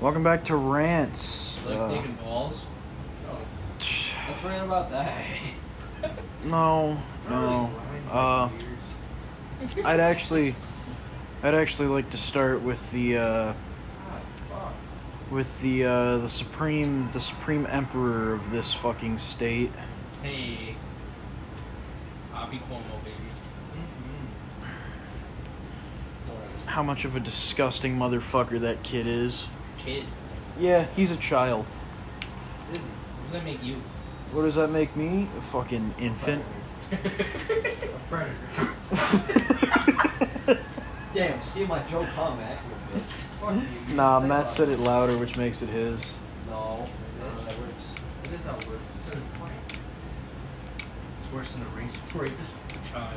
Welcome back to rants. Like Uh, taking balls. Let's rant about that. no, no. Uh, I'd actually, I'd actually like to start with the, uh, with the uh, the supreme, the supreme emperor of this fucking state. Hey, Bobby Cuomo, baby. Whatever. How much of a disgusting motherfucker that kid is. Kid, Yeah, he's a child. what is it? What does that make you? What does that make me? A fucking infant. Predator. Damn, steal my Joe Cum, actually, bitch. Fuck you. nah, Matt said it louder, which makes it his. No, that's not how that works. It is not worse. It's a point. It's worse than a race rapist. Child.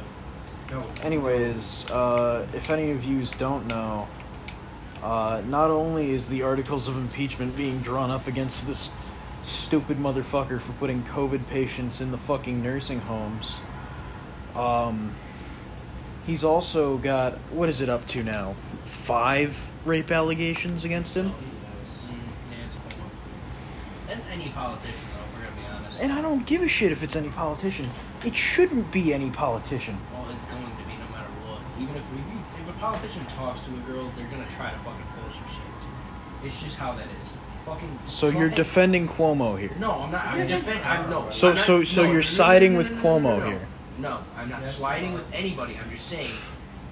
No. Mm, Anyways, uh, if any of yous don't know, uh, not only is the articles of impeachment being drawn up against this stupid motherfucker for putting COVID patients in the fucking nursing homes, um, he's also got, what is it up to now? Five rape allegations against him? Mm, yeah, it's Cuomo. That's any politician, though, if we're gonna be honest. And I don't give a shit if it's any politician. It shouldn't be any politician. Well, it's going to be no matter what. Even if we, if a politician talks to a girl, they're gonna try to fucking pull some shit. It's just how that is. Fucking. So you're Trump- defending Cuomo here. No, I'm not. I'm defend. I'm no. So I'm not- so so no, you're no, no, siding no, with no, no, no, Cuomo no. here. No, I'm not That's sliding wrong. with anybody. I'm just saying,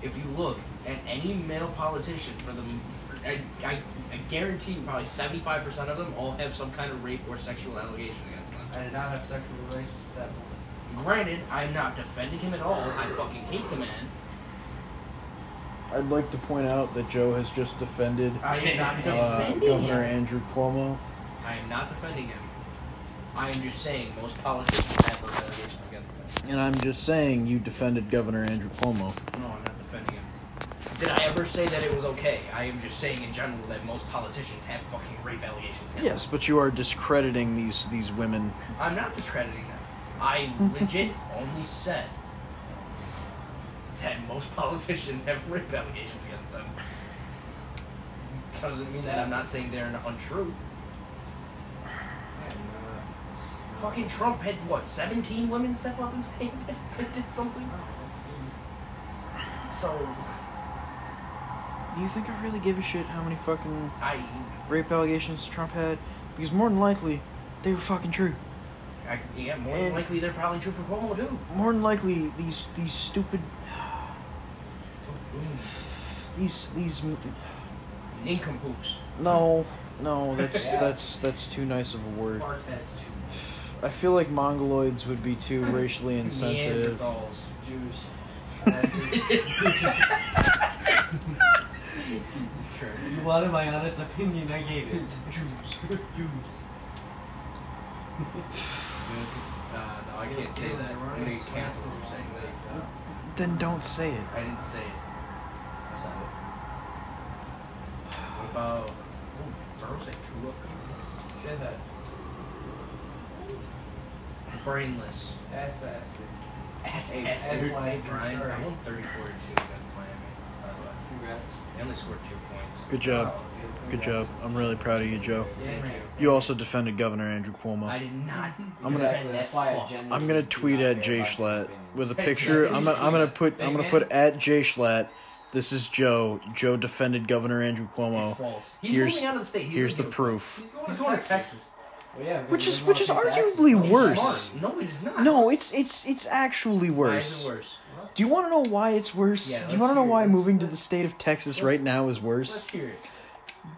if you look at any male politician, for the, I, I, I guarantee you, probably 75% of them all have some kind of rape or sexual allegation against them. I did not have sexual relations with that woman. Granted, I'm not defending him at all. I fucking hate the man. I'd like to point out that Joe has just defended I am not uh, defending Governor him. Andrew Cuomo. I am not defending him. I am just saying most politicians have those allegations against them. And I'm just saying you defended Governor Andrew Cuomo. No, I'm not defending him. Did I ever say that it was okay? I am just saying in general that most politicians have fucking rape allegations. against Yes, but you are discrediting these these women. them. I'm not discrediting them. I legit only said that most politicians have rape allegations against them. Doesn't mean that I'm not saying they're an untrue. Fucking Trump had what, 17 women step up and say that did something? So, Do you think I really give a shit how many fucking I rape allegations Trump had? Because more than likely, they were fucking true. I, yeah, more than And- likely they're probably true for Cuomo too. More than likely, these these stupid these these Nincompoops. no no that's that's that's too nice of a word. Fart test. I feel like mongoloids would be too racially insensitive. Neanderthals. Jews. Uh, Jesus Christ. you wanted my honest opinion, I gave it. Jews. Jews. Uh, no, I can't say that. I'm gonna get canceled for saying that. Then don't say it. I didn't say it. I said it. What about. Oh, Burrow's like two up. Shithead. Brainless. Ass bastard. Ass Hey, bastard. ass Hey, Brian, bastard. I won 34 2 against Miami. by the way. Congrats. They only scored two points. Good job. Good job. I'm really proud of you, Joe. You also defended Governor Andrew I Cuomo. did not. I'm gonna- defend that fuck. I'm gonna tweet at Jay Schlatt with a picture. I'm gonna, I'm gonna put I'm gonna put at Jay Schlatt. This is Joe. Joe defended Governor Andrew Cuomo. False. He's Here's- moving out of the state. He Here's the doesn't proof. give a fuck. He's going to Texas. Well, yeah, Which because is he which is doesn't want to pay taxes. arguably Which is worse. Smart. No, it is not. No, it's it's it's actually Why is worse. it worse? Do you want to know why it's worse? Yeah, Do you let's want to know hear it. why Let's- moving to the let's- state of Texas let's- right now is worse? Let's hear it.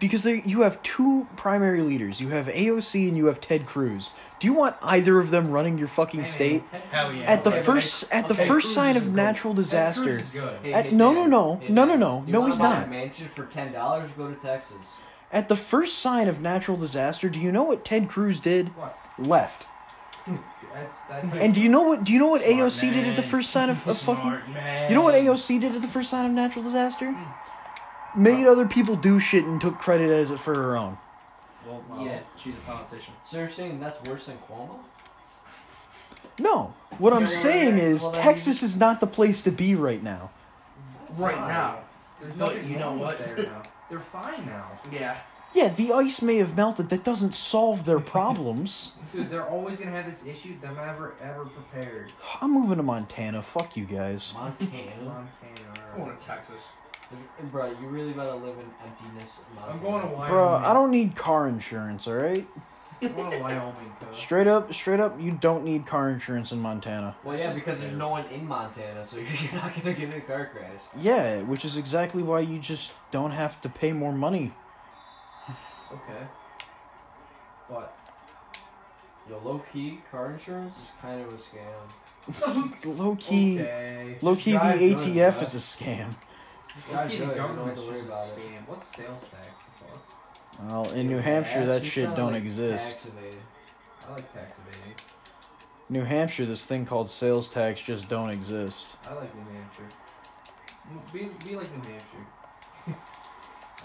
Because they, you have two primary leaders. You have AOC and you have Ted Cruz. Do you want either of them running your fucking state? Hell yeah. At the Okay, first, at the Ted first Cruz sign is of good. natural disaster. good. At- no, no, no. No, no, no. No, he's not. mansion for ten dollars, go to Texas. At the first sign of natural disaster, do you know what Ted Cruz did? What? Left. That's that's. And do you know what? Do you know what Smart AOC did at the man. first sign of, of fucking? Smart man. You know what AOC did at the first sign of natural disaster? Hmm. Made other people do shit and took credit as it for her own. Well, yeah, she's a politician. So you're saying that's worse than Cuomo? No. What I'm Yeah, yeah, saying yeah. is Well, then you Texas is not the place to be right now. Right now. There's But nothing you know wrong what? with There now. They're fine now. Yeah. Yeah, the ice may have melted. That doesn't solve their problems. Dude, they're always gonna have this issue. They're never ever prepared. I'm moving to Montana. Fuck you guys. Montana. Montana. uh, I'm going to Texas. Bro, you really gotta live in emptiness. in Montana. I'm going to Wyoming. Bro, I don't need car insurance, alright? I'm going to Wyoming. cuz. Straight up, straight up, you don't need car insurance in Montana. Well, yeah, because there's no one in Montana, so you're not gonna get in a car crash. Yeah, which is exactly why you just don't have to pay more money. Okay. But Yo, low key, car insurance is kind of a scam. Low key, okay. low key, the drive good, ATF bro. is a scam. Drive Low-key, good, the you don't have government's to worry just a about it. scam. What's sales tax? the fuck? Well, in New Yeah, Hampshire, you that sound shit don't like exist. tax evader. I like tax evading. New Hampshire, this thing called sales tax just don't exist. I like New Hampshire. M- Be, be like New Hampshire.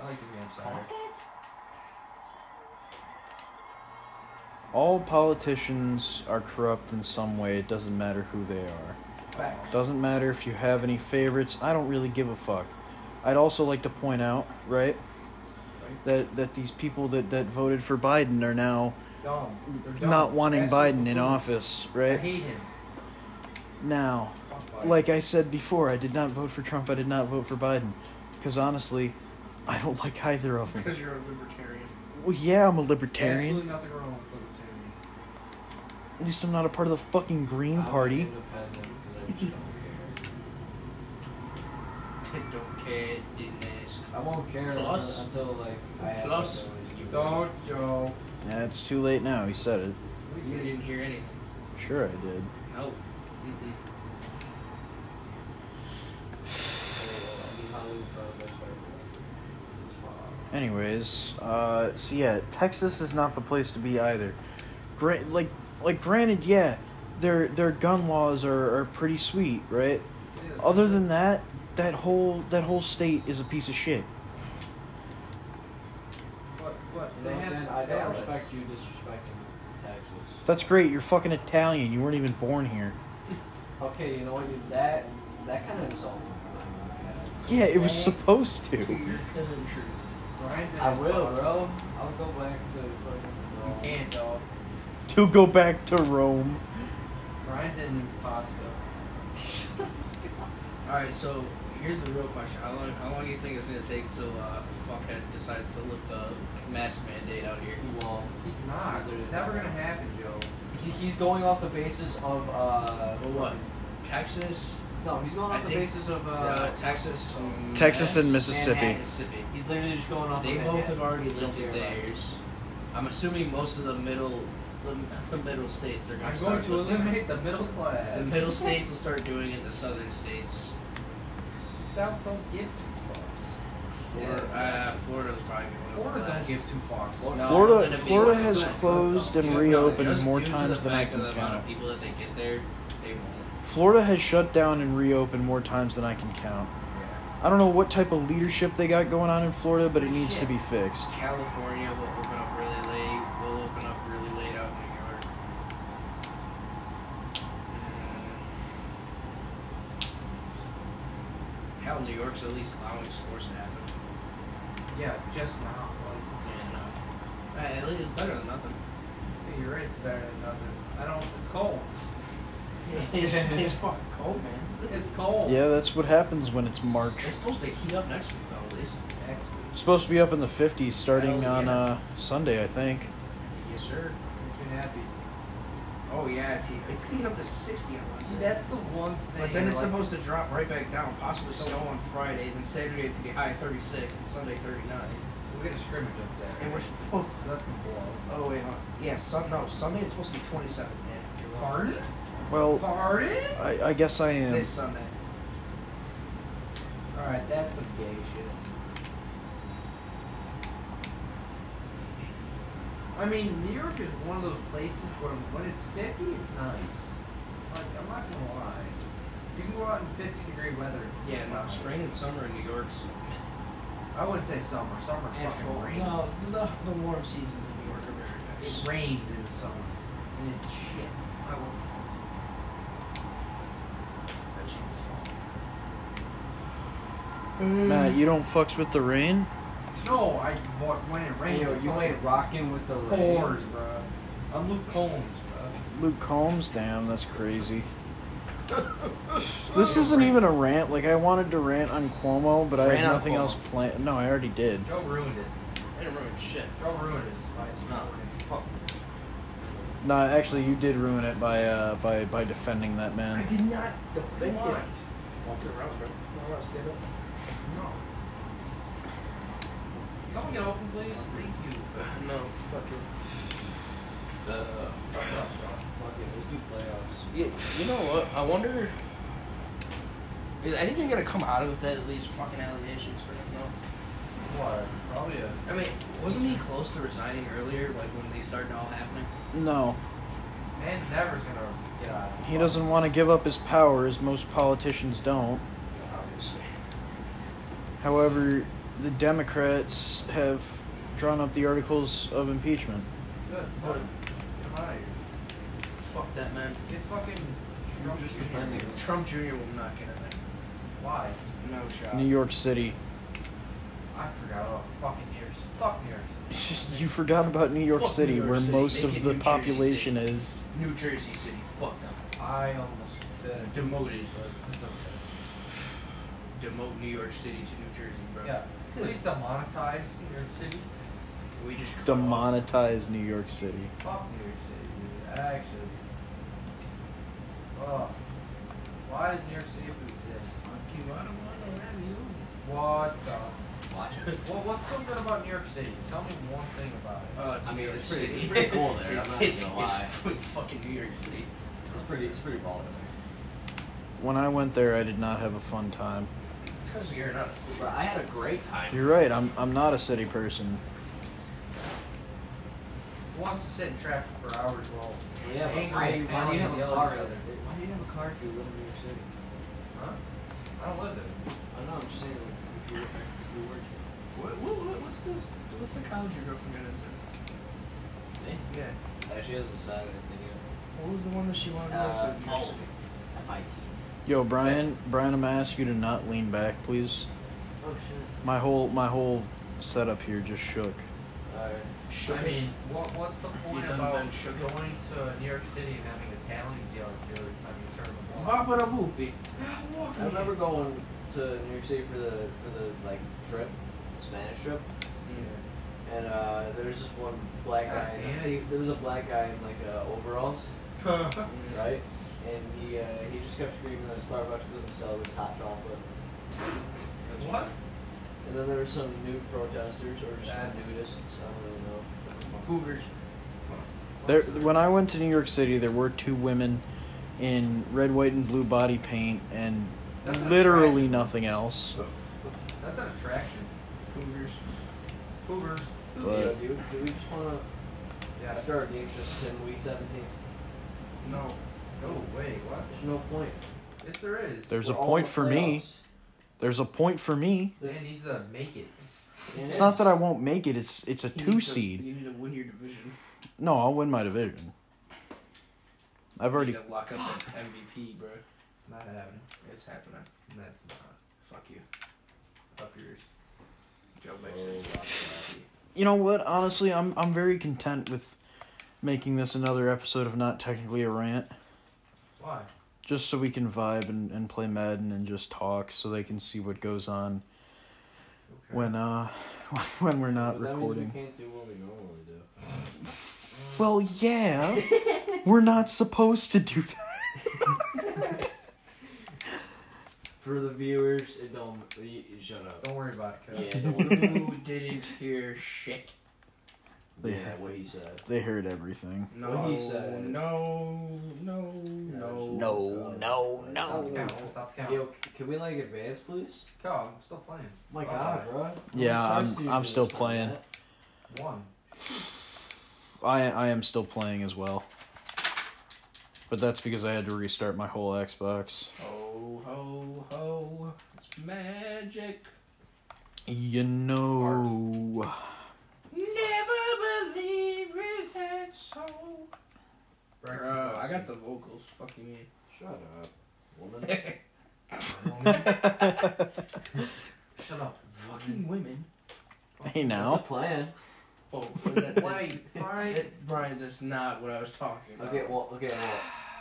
I like New Hampshire. All politicians are corrupt in some way. It doesn't matter who they are. Facts. Doesn't matter if you have any favorites. I don't really give a fuck. I'd also like to point out, right, that that these people that that voted for Biden are now Dumb. They're dumb. not wanting Absolutely Biden in dumb. office, I right? hate him. Now, Fuck Biden. like I said before, I did not vote for Trump. I did not vote for Biden because honestly, I don't like either of them. Because you're a libertarian. Well, yeah, I'm a libertarian. Absolutely nothing wrong with libertarian. At least I'm not a part of the fucking Green I'm Party. independent, but I just don't care. don't care, didn't ask. I won't care Plus- until, until like I have. plus, like, you Don't, Joe. Yeah, it's too late now. He said it. You didn't hear anything. Sure, I did. No. Mm-mm. I mean, Hollywood projects are- Anyways, uh, so yeah, Texas is not the place to be either. Gra- like, like granted, yeah, their their gun laws are, are pretty sweet, right? Other than that, that whole that whole state is a piece of shit. But, but You they know, have. man, I they don't have- respect you disrespecting taxes. That's great. You're fucking Italian. You weren't even born here. Okay, you know what? you- That that kind of insulting. Yeah, it was supposed To to. your country. Brian's in I his will, box. bro. I'll go back to You fucking. can't, dog. To go back to Rome. Brian's in pasta. Alright, so here's the real question. How long how long do you think it's gonna take till uh fuckhead decides to lift the mask mandate out here? Well, He's not. It's never gonna happen, Joe. he, he's going off the basis of uh. Well what? Texas? No, he's going I off the think- basis of uh. Uh, Texas um, Texas and Mass- Mississippi. Mississippi. He's literally just going off. They of both Manhattan. have already Don't care lifted about it. theirs. I'm assuming most of the middle the, the middle states are gonna I'm start going to lifting it. eliminate the middle class. The middle states will start doing it. The southern states, South don't give two fucks. Florida, uh, Florida's probably one of the Florida don't last. give two fucks. No, Florida it'll be Florida one of has the last. closed and Just- no, reopened just more due to times the than I fact of can the amount count. of people that they get there, they won't. Florida has shut down and reopened more times than I can count. Yeah. I don't know what type of leadership they got going on in Florida, but it needs to be fixed. California will open up really late. Will open up really late out in New York. Hell, New York's at least allowing sports to happen. Yeah, just now. And uh, at least it's better than nothing. Like, hey, you're right, it's better than nothing. I don't. It's cold. it's, it's fucking cold, man. It's cold. Yeah, that's what happens when it's March. It's supposed to heat up next week, though, at least. Actually, It's supposed to be up in the 50s starting Hell on Oh, yeah. uh, Sunday, I think. Yes, sir. I'm too happy. Oh, yeah, it's heat. It's heating up to 60 on See, Wednesday. that's the one thing. but then it's like, supposed to drop right back down, possibly snow on Friday. Then Saturday it's going to be high at 36, and Sunday 39. We're gonna scrimmage on Saturday. And we're supposed. That's gonna blow. Oh, wait, huh? Yeah, sun, no, Sunday it's supposed to be 27. Yeah, you're wrong. Pardon? Well, Pardon? I, I guess I am. This Sunday. Alright, that's some gay shit. I mean, New York is one of those places where when it's 50, it's nice. Like, I'm not gonna lie. You can go out in 50 degree weather. Yeah, no, Fine. spring and summer in New York's. I wouldn't say summer. Summer fucking rains. No, the, the warm seasons in New York are very nice. It rains in the summer. And it's shit. I will Matt, you don't fucks with the rain? No, I wa- when it rained. Yo, it you fucking ain't rocking with the pours, rain. bro. I'm Luke Combs, bro. Luke Combs, damn, that's crazy. This isn't even a rant. Like I wanted to rant on Cuomo, but I Rant had on nothing Cuomo. else planned. No, I already did. Joe ruined it. I didn't ruin shit. Joe ruined it. by his No. recording. Fuck. No, actually, you did ruin it by uh, by by defending that I man. did not They defend won. it. Walk it around, bro. Wanna stand up? No. Someone get open, please. Thank you. No, fuck it. Uh, Fuck it, let's do playoffs. yeah, you know what? I wonder. Is anything gonna come out of that? These fucking allegations for him, though. What? Probably a. I mean, wasn't he close to resigning earlier? Like when they started all happening. No, Man's never gonna get out. of it. he doesn't want to give up his power, as most politicians don't. Obviously. However, the Democrats have drawn up the articles of impeachment. Good. Fuck. Get him out of here. Fuck that man. Get fucking Trump just Jr. defending him. Trump Jr. will not get in there. Why? No shot. New York City. I forgot all the fucking years. Fuck New York City. you forgot about New York Fuck New City, York where City. most Make it of the New Jersey population City. is. New Jersey City. Fuck them. I almost said it. Demoted. But it's okay. Demote New York City to New Jersey, bro. Yeah. Please demonetize New York City. We just Demonetize New York City. Fuck New York City, dude. Actually. Oh. Why does New York City even exist? Fuck you. I don't want to have you. What the? Watch it. Well, what's so good about New York City? Tell me one thing about it. Oh, it's I New mean, York it's pretty- City. it's pretty cool there, I'm It's- not gonna it's- lie. It's fucking New York City. It's pretty, it's pretty baller. When I went there, I did not have a fun time. It's because you're not asleep. Bro, I had a great time. You're right. I'm I'm not a city person. Who wants to sit in traffic for hours while Yeah, but angry why, why do you Italians have a yell at car? each other? Why do you have a car if you live in New York City? Huh? I don't live there. I know, I'm just saying, if you work, if you work here. What, what, what, what's, the, what's the college your girlfriend got into? Yeah. Actually, hasn't decided anything What was the one that she wanted to go to? yet. New York oh, City. FIT. Yo, Brian, Brian, I'm gonna ask you to not lean back, please. Oh shit. My whole my whole setup here just shook. Alright. Shook I mean, what, what's the point done about been shook up? going to New York City and having Italians yell at you every time you turn the block? Papa da Boopy. I remember going to New York City for the for the like trip, Spanish trip, and uh, there was this one black God guy. damn he- it. there was a black guy in like uh, overalls, Yeah. right? And he uh, he just kept screaming that Starbucks doesn't sell this hot chocolate. what? And then there were some nude protesters or just That's- nudists. I don't really know. What the fuck. Boogers. There, when I went to New York City, there were two women in red, white, and blue body paint and That's an literally attraction. nothing else. That's an attraction. Boogers. Hoovers. But- Yo, dude, do we just want to Yeah. after our games just sim week 17? No. No way. What? There's no point. Yes, there is. There's a We're all point in for me. playoffs. There's a point for me. Man needs to make it. And It's not that I won't make it. It's it's a You two need to- seed. You need to win your division. No, I'll win my division. I've already. You need to lock up that MVP, bro. Not happening. It's happening. That's not. Fuck you. Up yours. Joe Mixon. You know what? Honestly, I'm I'm very content with making this another episode of not technically a rant, Why? just so we can vibe and, and play Madden and just talk, so they can see what goes on Okay. when uh when we're not But that means recording. we can't do what we normally do. Well, yeah, we're not supposed to do that. For the viewers, it don't. You, you shut up. Don't worry about it, Yeah, kid. don't worry about it. You didn't hear shit. They- yeah, what he said. They heard everything. No, What he said. No, no, no. No, no, Stop the no. count. Stop the count. Yo, c- can we like advance, please? Go, I'm still playing. My Bye-bye. God, bro. Yeah, I'm- I'm still playing. One. I I am still playing as well, but that's because I had to restart my whole Xbox. Ho, ho, ho. It's magic. You know. Never believe it, that's so. Breakfast Bro, I got option. the vocals. Fuck you, mean. Shut up, woman. Shut up. Fucking women. Hey That's now. the plan. Oh, but that, Wait, that, right? that, Brian, that's not what I was talking about. Okay, well, okay,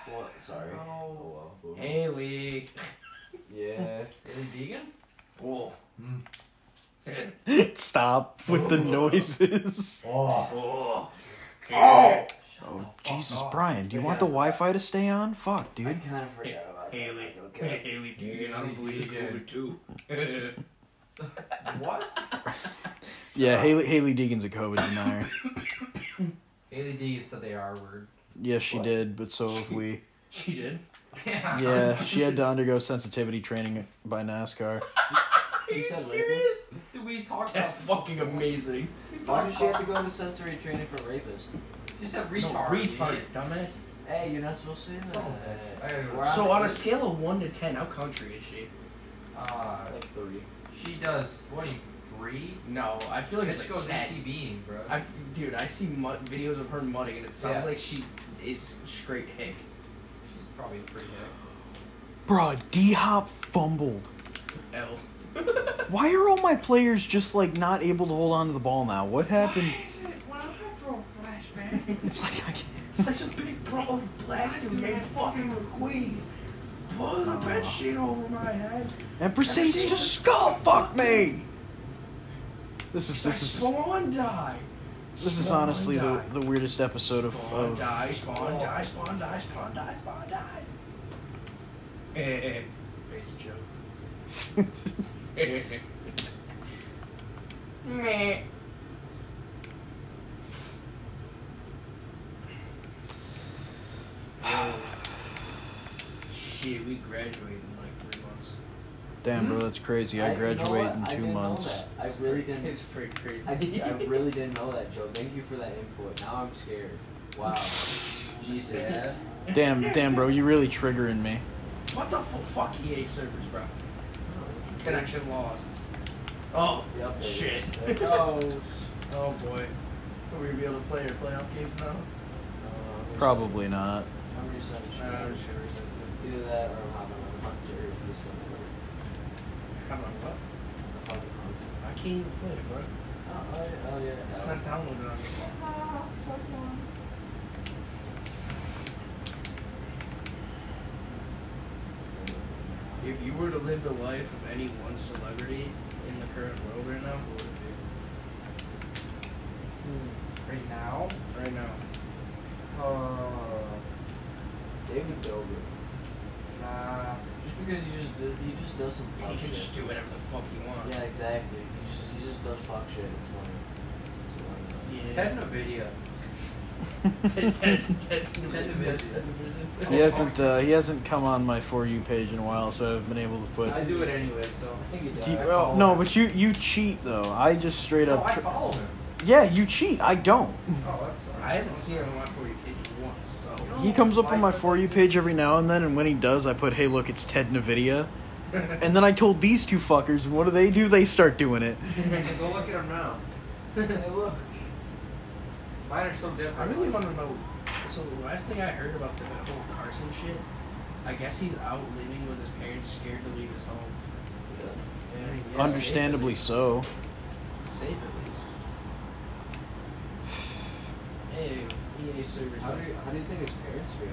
well, well sorry. No. Oh, well. Haley, Yeah. is it vegan? Whoa. Stop with the noises. Oh. Oh. Oh Jesus, Brian, do you want the Wi-Fi to stay on? Fuck, I dude. kind of forgot about Haley, that. hey, Okay. Haley, vegan. I don't believe in COVID too. What? Yeah, Haley Haley Deegan's a COVID denier. Haley D said the R word. Yes, she What? did, but so have we. she did. Yeah. Yeah, she had to undergo sensitivity training by NASCAR. Are You you said serious? Did we talk about? That's fucking amazing. Why does she have to go into sensory training for rapists? She said No, retard. retard, idiot. dumbass. Hey, you're not supposed to say that. Son of a bitch. Hey, We're on So the- on a scale of one to ten, how country is she? Uh, like three. she does twenty-three. No, I feel like Bitch it's like goes 10. ATVing, bro. I, dude, I see mud, videos of her mudding, and it sounds Yeah. like she is straight hick. She's probably pretty good. Bruh, D Hop fumbled. L. Why are all my players just like not able to hold on to the ball now? What happened? It's like I can't. Such a big bro black dude named fucking McQueen. Blow the bed sheet over my head. And Mercedes just skull fuck me. This is this is Spawn die. this is Spawn honestly the die. the weirdest episode of, Spawn of die, spawn Oh. die, spawn die, spawn die, spawn die. Eh, Face joke. Meh. Shit, we graduated in like three months. Damn, bro, that's crazy. I you know graduate what? in I two didn't know months. that. I really didn't. It's pretty crazy. I, did- I really didn't know that, Joe. Thank you for that input. Now I'm scared. Wow. Jesus. Yeah. Damn, damn, bro, you really triggering me. What the full fuck EA servers, bro? Connection lost. Oh, Yep, there it is. shit. There it goes. oh boy. Are we gonna be able to play our playoff games now? Uh, Probably not. I'm resetting shit. Uh, sure, sure. Either that or I'm hopping on a hunt series this summer. I'm like, what? A fucking hunt. I can't even play it, bro. Oh, oh, yeah, oh, yeah. It's not downloaded on the phone. If you were to live the life of any one celebrity in the current world right now, who would it Right now, be? Hmm. Right now. uh, David Dobrik. nah. Just because he just do- he just does some fuck You can shit. just do whatever the fuck you want. yeah, exactly. He just he just does fuck shit. It's funny. It's funny. Ted Nvidia. Ted- Ted- Ted- He hasn't uh, he hasn't come on my for you page in a while, so I haven't been able to put. I do it anyway, so. I think he does. Do you- I well, follow no, him. but you you cheat though. I just straight No, up. I tr- follow him. yeah, you cheat. I don't. Oh, that's. I haven't seen him on for you page once, so. He comes up on my for you page every now and then, and when he does, I put, "Hey, look, it's Ted Nvidia," and then I told these two fuckers, and what do they do? They start doing it. Go look at him now. Hey, look. Mine are so different. I really like- want to know. So the last thing I heard about the whole Carson shit, I guess he's out living with his parents, scared to leave his home. Yeah, Understandably safe so. at least. Safe at least. Hey, EA servers. How do you how do you think his parents feel?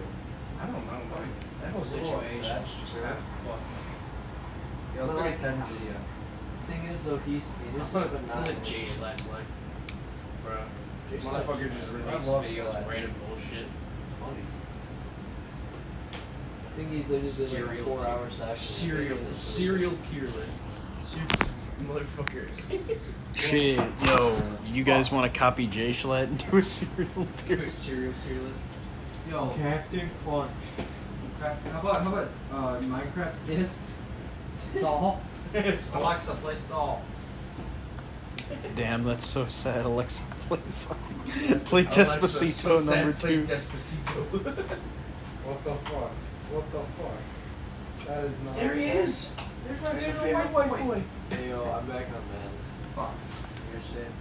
I don't know. Man. That whole A little situation upset, is just sure. kind of fucked. Yeah, let's But look like- at Ted Nvidia. Thing is though, he's innocent but I'm not. like Jay innocent. Schlatt's life. Bro. Jay Schlatt- Motherfucker just I released love videos Schlatt. of random bullshit. It's funny. I think he literally did like a Serial four tier- hour session. Serial, serial tier lists. Motherfucker. Shit, yo, you guys want to copy Jay Schlatt into a serial Do a theory? serial tier list. Yo, Captain Crunch. crap, how about, how about, uh, Minecraft discs? Stall? Alexa, play stall. Damn, that's so sad. Alexa, play fucking play Despacito number two. Despacito. What the fuck? What the fuck? That is not. there he is. There's my There's your favorite favorite white, white boy. boy. Hey yo, I'm back on man. Fuck. You're safe.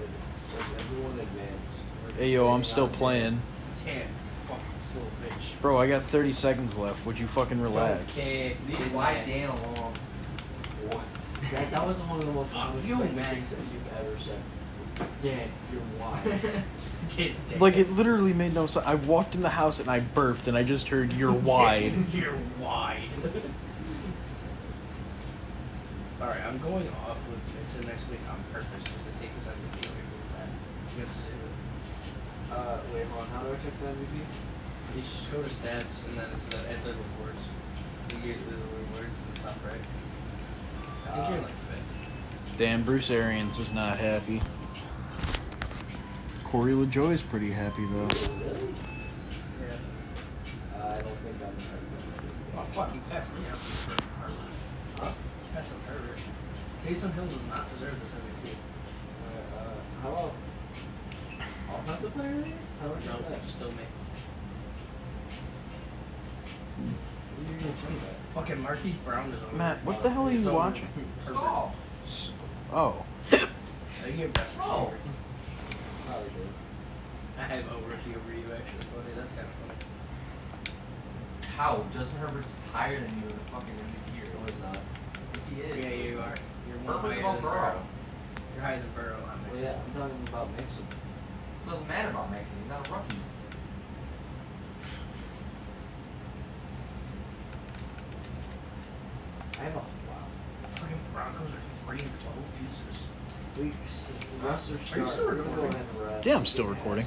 Like, like, everyone advance. We're hey yo, I'm getting still out of here. playing, Can't fucking slow bitch. bro. I got 30 seconds left. Would you fucking relax? Okay. Leave white Dan alone. What? That, that was one of the most Fuck unexpected you, man. things that you've ever said. Dad, you're wild. Did that. Like it literally made no sense. I walked in the house and I burped and I just heard you're wide. You're wide. All right, I'm going off with into next week on purpose just to take this out of the joy from that. Just, uh, wait, hold on. How do I check that MVP? uh, You just go to stats and then it's the at the rewards. You get the rewards in the top right. I think you're Uh, like fifth. Damn, Bruce Arians is not happy. Corey LaJoy's pretty happy though. Uh, Really? Yeah. Uh, I don't think I'm the Oh right fuck, you passed me out. Huh? Passed on Herbert. Taysom Hill does not deserve this Uh, uh, how about offensive player? of the year? How about MVP. No, that? still me. You're gonna change that. Fucking Marquise Brown is on. Matt, what the hell are you He's on watching? Herbert. Oh, S- Oh, Are you getting best Oh. receiver? Probably did. I have over rookie over you actually, buddy. That's kind of funny. how? Justin Herbert's higher than you in the fucking end of the year. uh, It was not. Yes, he is. Yeah, you are. You're one higher Herbert's than above Burrow. Burrow. You're higher than Burrow. I'm Well, yeah, I'm talking about Mixon. Doesn't matter about Maxon. He's not a rookie. I have a wow. Fucking Broncos are three and twelve. Jesus. Weeks. Rest are Are you still starting. Go recording? ahead and rest. Yeah, I'm still recording.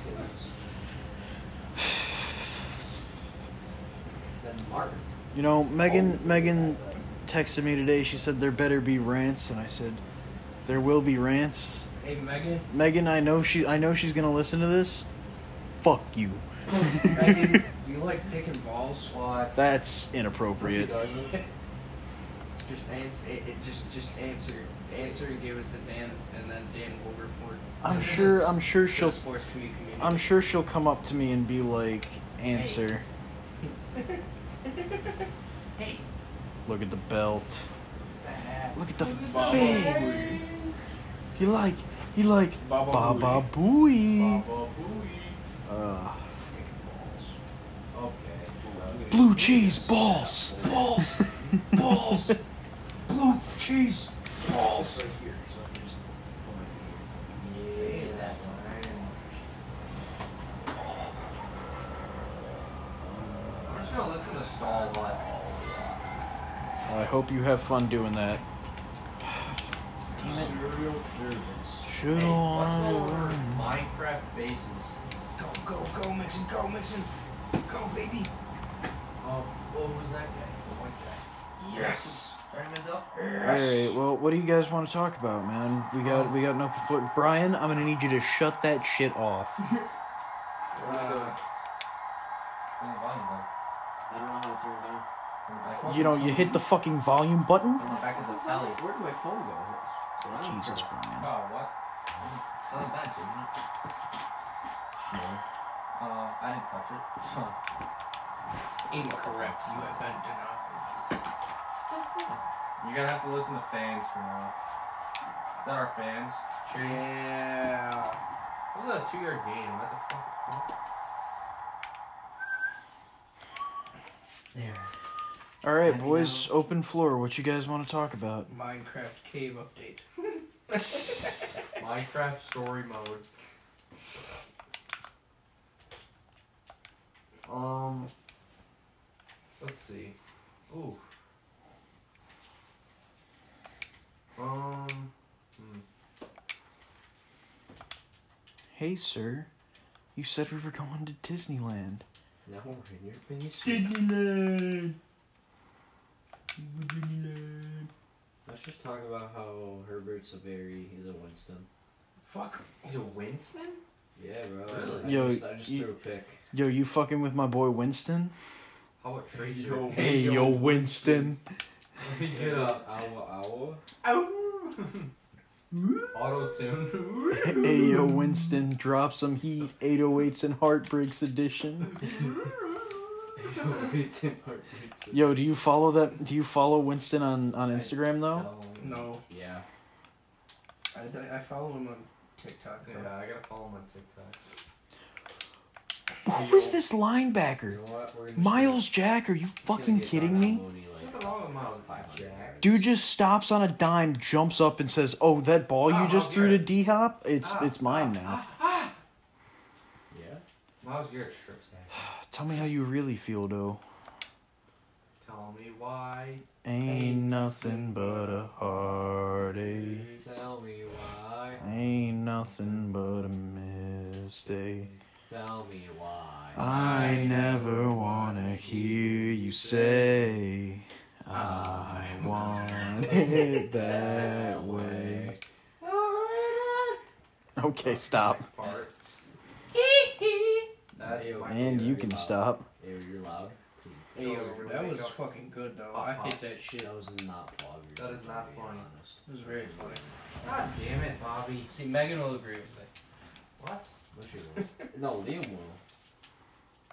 Then Martin. you know Megan. Megan texted me today. She said there better be rants, and I said there will be rants. Hey Megan. Megan, I know she. I know she's gonna listen to this. Fuck you. Megan, you like dick and balls? What? That's She inappropriate. doesn't. Just answer. It, it- just just answer. Answer and give it to Dan, and then Dan will report. I'm sure. I'm sure to the she'll. sports commu- community. I'm sure she'll come up to me and be like, "Answer." Hey. Look at the belt. What the heck? Look at the Baba face. Booey. You like. You like. Baba Baba Booey. Baba Booey. Uh, Dick and balls. Okay. blue cheese balls. Balls. balls. Blue cheese. Balls. Right here. So I'm just pulling my finger. Yeah, that's alright. I'm just gonna listen to Stall Live. I hope you have fun doing that. Damn it. Serial killers. Should Hey, on let's go the over run. Minecraft bases. Go, go, go, Mixon, go, Mixon. Go, baby. Oh, well, who's that guy? He's a white guy. Yes. Sorry, Mendel. All right. Well, what do you guys want to talk about, man? We got we got no conflict. Brian, I'm gonna need you to shut that shit off. Where am I going? Turn the volume down. I don't know how to turn it down. Turn it back up. You know, you hit the fucking volume button. Turn it back at the telly. Where did my phone go? That's what I don't Jesus, know. Brian. Oh, what? It's on the bench, isn't it? Uh, I didn't touch it. Huh. Incorrect. You have been denied. You're gonna have to listen to fans from now. on. Is that our fans? Yeah. What was that two-yard gain? What the fuck? There. All right, boys. Open floor. What you guys want to talk about? Minecraft cave update. Minecraft story mode. Um, let's see. Ooh. Um, hmm. Hey, sir. You said we were going to Disneyland. Now we're in your opinion. Disneyland. Disneyland. Let's just talk about how Herbert's a very he's a Winston. Fuck. is it Winston? Yeah, bro. Really? I Yo, just, I just you- threw a pick. Yo, you fucking with my boy Winston? How about Tracy? Yo. Hey, yo, Winston. Get up. Ow, Auto tune. Hey, yo, Winston. Drop some heat. 808s and heartbreaks edition. ow. it's in heartbreaks. Yo, do you follow that? Do you follow Winston on on I Instagram though? No. Yeah. I, I follow him on TikTok. Yeah, I gotta follow him on TikTok. Who is this linebacker? You know what? We're gonna Miles Jack? Are you He's gonna fucking get kidding Darnell me? Mooney, like, nothing wrong with mile to 500. Jack. Dude just stops on a dime, jumps up, and says, "Oh, that ball Ah, you just okay. threw to D Hop, it's Ah, it's mine now." Yeah. Miles Garrett strips that. Tell me how you really feel, though. Tell me why. Ain't nothing but a heartache. Tell me why. Ain't nothing but a mistake. Tell me why. I never wanna hear you say I want it that way. Okay, stop. Next part. That's Ew. my And you favorite. can stop. Ew, you're loud. Ew, Ew, that was don't- fucking good though. Uh-huh. I hate that shit. That was not funny. That is not funny. Honest. It was very funny. God damn it, Bobby. See, Megan will agree with me. What? No, she won't. no, Liam will.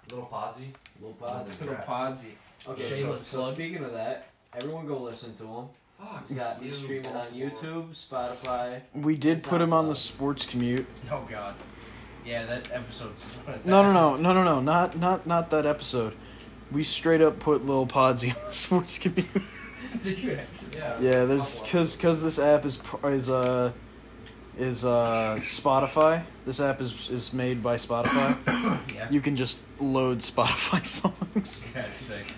Little Podsy? Little Pod. Little Podsy. Okay, Shameless so, so plug. speaking of that, everyone go listen to him. Fuck. He's got you, he's streaming on Baltimore. YouTube, Spotify. We did put him on the sports commute. Oh god. Yeah, that episode's. No, no, no, no, no, no, not not not that episode. We straight up put Lil Podsy on the sports commute. Did you actually? Yeah. Yeah, there's cause cause this app is pr- is uh is uh Spotify. This app is is made by Spotify. Yeah. You can just load Spotify songs. Yeah, it's sick.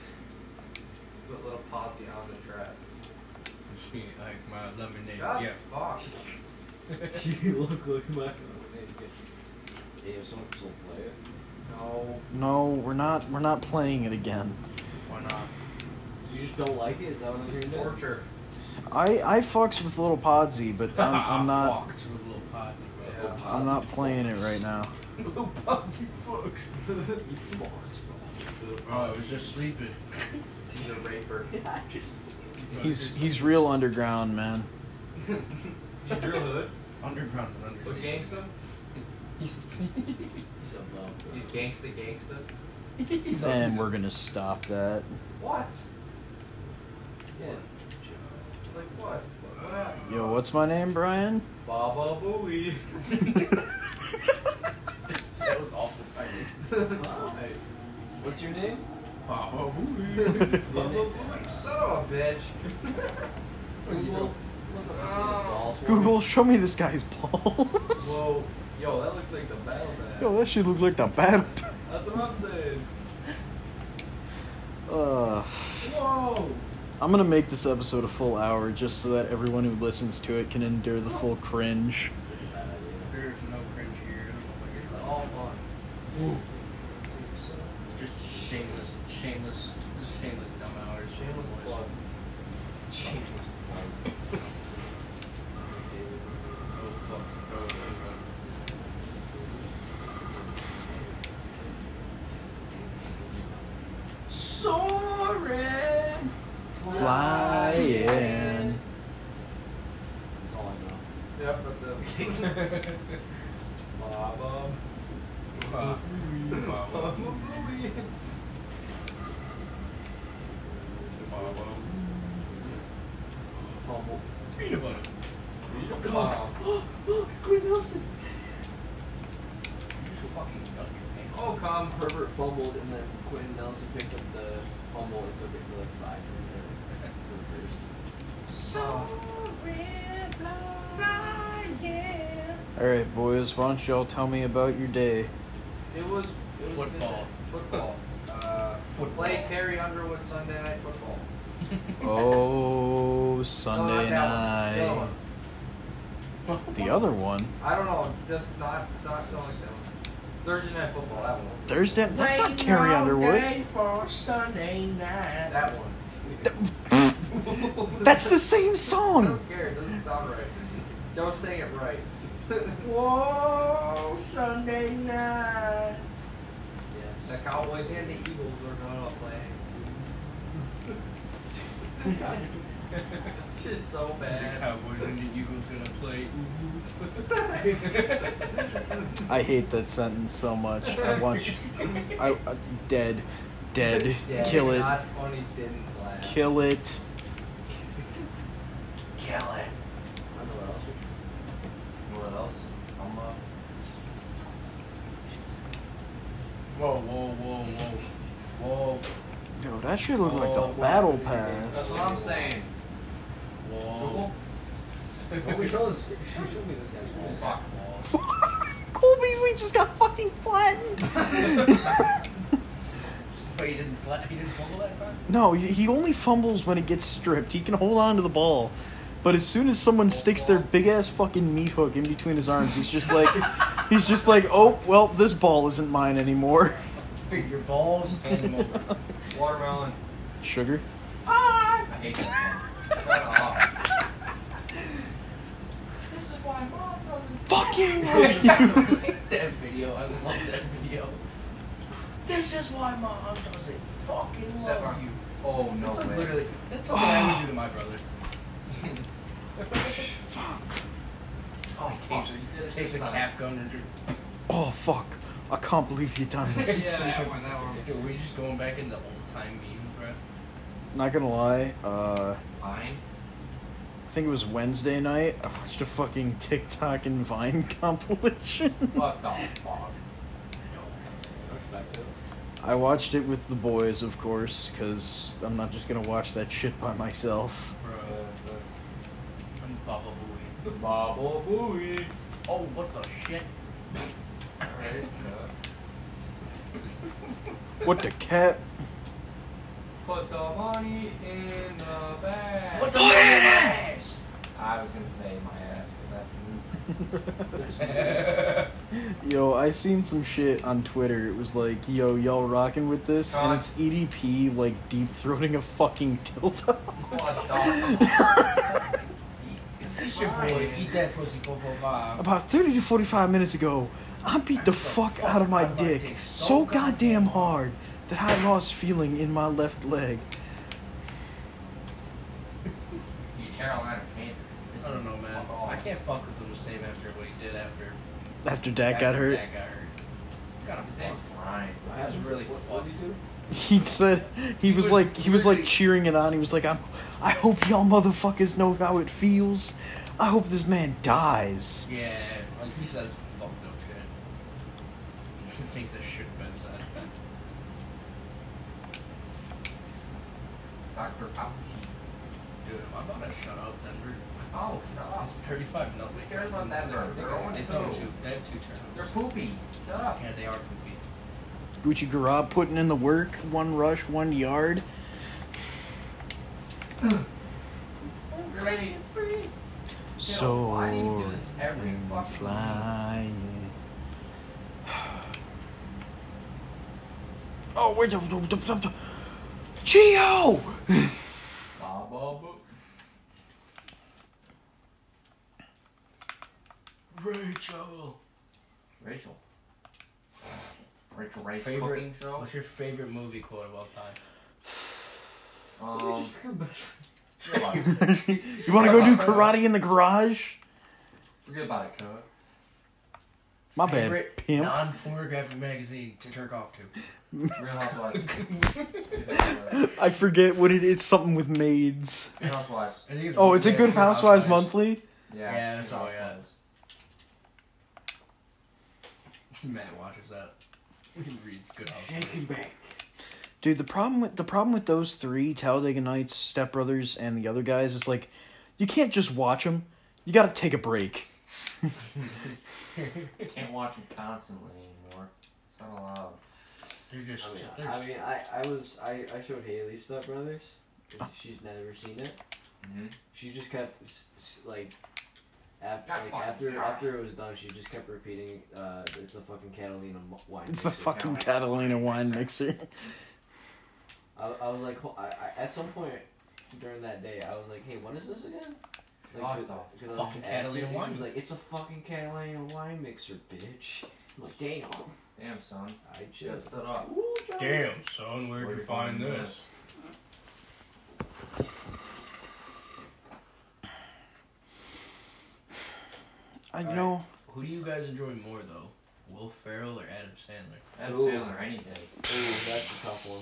Put little Podsy on the track. She like my lemonade. God Yeah. fuck. you look like my. Yeah, if someone will play it. No. No, we're not we're not playing it again. Why not? You just don't like it? Is that what I'm It's hearing? there? torture. I I fucks with Little Podsy, but I'm, I'm not Fucked with little Podsy, bro. Yeah. I'm not playing it right now. Little Podsy fucked. You farts, Oh, I was just sleeping. He's a raper. bro. I just. He's he's real underground, man. He's real hood. underground and But underground. gangsta? He's He's a bum, bro. He's gangsta gangsta. he's And we're gonna stop that. What? Yeah. Like what? Yo, what's my name, Brian? Baba Booey. that was awful timing. Hi. What's your name? Baba Booey, son of a bitch. Google. Oh. Google, show me this guy's balls. Whoa. Yo, that looks like the battle bag. Yo, that shit looked like the battle. That's what I'm saying. Uh, Whoa. I'm gonna make this episode a full hour just so that everyone who listens to it can endure the full cringe. There's no cringe here. This is all fun. Just shameless, shameless, just shameless dumb hours. Shameless plug. Shameless plug. Oh fuck. Oh, oh, Soren. Flying. That's all I know. Yep, that's it. Baba. oh. Uh, Baba Booey. Fumble. Peanut butter. Wow. Quinn Nelson. You fucking duck your Oh, come. Herbert fumbled, and then Quinn Nelson picked up the fumble and took it for like five minutes for the first. All right, boys, why don't y'all tell me about your day? It was, it was Football. good. Football. Uh, Football. play Carrie Underwood Sunday night football. Oh, no, not Sunday that one. night. The other one. The other one. I don't know. Just not, it's not something like that one. Thursday night football. That one. Thursday. That's not Carrie Underwood. for Sunday night. That one. That's the same I song. don't care. It doesn't sound right. Don't sing it right. Whoa, Sunday night. The Yes. Cowboys and the Eagles are not all playing. it's just so The bad. Cowboys and the Eagles gonna play. I hate that sentence so much. I want. I, I dead, dead. Yeah, Kill it. Not funny. Didn't laugh. Kill it. Kill it. I know what else. What else? I'm up. Whoa, whoa, whoa, whoa. Whoa. No, that should look like Oh, the what battle video game? pass. That's what I'm saying. Whoa. Oh, we show us- you should show me this guy's wall. Fuck. Cole Beasley just got fucking flattened. But you didn't flat, you didn't fumble that time. no, he he only fumbles when it gets stripped. He can hold on to the ball. But as soon as someone sticks their big ass fucking meat hook in between his arms, he's just like, he's just like, oh, well, this ball isn't mine anymore. Big your balls and them over. Watermelon. Sugar. Ah! I hate that. Fuck This is why mom doesn't. you! that video, I love that video. This is why my mom doesn't fucking That love are you. you. Oh no That's way. like literally, that's something I would do to my brother. Oh Like, fuck. takes you a, did it takes this a time. cap gun and just, Oh fuck! I can't believe you done this. Yeah, that one, that one. Dude, we're just going back into old time memes, bro. Not gonna lie, uh, Fine. I think it was Wednesday night. I watched a fucking TikTok and Vine compilation. What the fuck? I watched it with the boys, of course, because I'm not just gonna watch that shit by myself. Bro, I'm Baba Booey. The bubble buoy. Oh, what the shit? Alright. What the cat? Put the money in the bag. What the ass? I was gonna say my ass, but that's me. Yo, I seen some shit on Twitter. It was like, yo, y'all rocking with this, and Huh? it's EDP like deep throating a fucking tilde. What the It's your boy. Eat that pussy 445. About 30 to 45 minutes ago, I beat the fuck out of my dick so goddamn hard that I lost feeling in my left leg. You Carolina Panther. I don't know, man. I can't fuck with him the same after what he did after. After Dak got hurt, That got hurt. Gotta His fuck. name's Brian. That was really What- fucked. What'd he do? he said he was like he was like cheering it on. He was like, "I'm, I hope y'all motherfuckers know how it feels. I hope this man dies." Yeah, like he says, fuck no shit. You can take this shit bedside. Dr. Fauci. Dude, am I about to shut out Denver? Oh, shut up. It's 35 nothing. Who cares about Denver? They're They going have to. two. They have two They're turnovers. poopy. Shut up. Yeah, they are poopy. Gucci Garab putting in the work, one rush, one yard. Ready? Free. So why do you do this every I'm fucking flying. Oh, where's the, the, the, the, the Geo? Ba, ba, boo. Rachel! Rachel. Rachel, Rachel. Favorite, Cooking show? what's your favorite movie quote of all time? Um, forget about it. you want to go do karate in the garage? Forget about it, cuz. My bad, Favorite pimp. non-pornographic magazine to jerk off to. Real Housewives. Real Housewives. I forget what it is. Something with maids. Real Housewives. I think Oh, it's a yeah, Good Good Housewives Monthly. Yeah, Yeah, it's that's all I Real got. Housewives. Matt watches that. He reads Good Housewives. Shake him back. Dude, the problem with the problem with those three Talladega Nights, Step Brothers, and the other guys is like, you can't just watch them. You got to take a break. Can't watch it constantly anymore. It's not allowed. They're just. Oh, I mean, they're I, I, mean, I, I was I, I showed Haley Step Brothers. Oh. 'cause She's never seen it. Mm-hmm. She just kept s- s- like, after God like, fucking after God. after it was done, she just kept repeating, uh, "It's the fucking Catalina mu- wine." It's the mixer." fucking Catalina wine mixer. I, I was like, ho- I, I, at some point during that day, I was like, "Hey, what is this again?" What Like, the cause I fucking was just asking, Catalina and wine She was like, "It's a fucking Catalina wine mixer, bitch." I'm like, "Damn." Damn, son. I Just just. set up. Ooh, John. Damn, son, where'd Where'd you find this? I Alright. know. Who do you guys enjoy more, though? Will Ferrell or Adam Sandler? Adam Ooh. Sandler, any day. Ooh, oh, that's a tough one.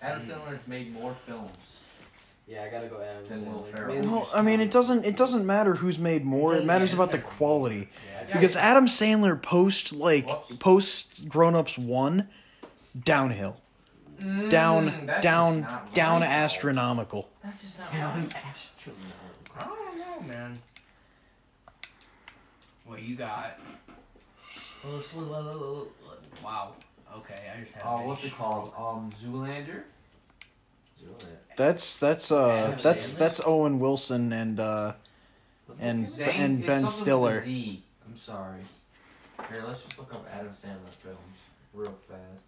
Adam Mm. Sandler's made more films. Yeah, I gotta go Adam Then Will Sandler. Ferrell. Maybe No, just I mean Tom. it doesn't. It doesn't matter who's made more. It doesn't matters about the matter. quality. Yeah. Because Adam Sandler post like Whoops. post Grown Ups one, downhill. down, Mm, that's just down, not down right. astronomical. That's just not right. Down astronaut. I don't know, man. What you got? Well, let's- let- let- let- let- let- Wow. Okay, I just had. a Oh, big what's it stroke. called? Um, Zoolander. That's that's uh Adam that's Sandler? that's Owen Wilson and uh And- Zane- and it's Ben something with a Stiller. Z. I'm sorry. Here, let's just look up Adam Sandler films real fast.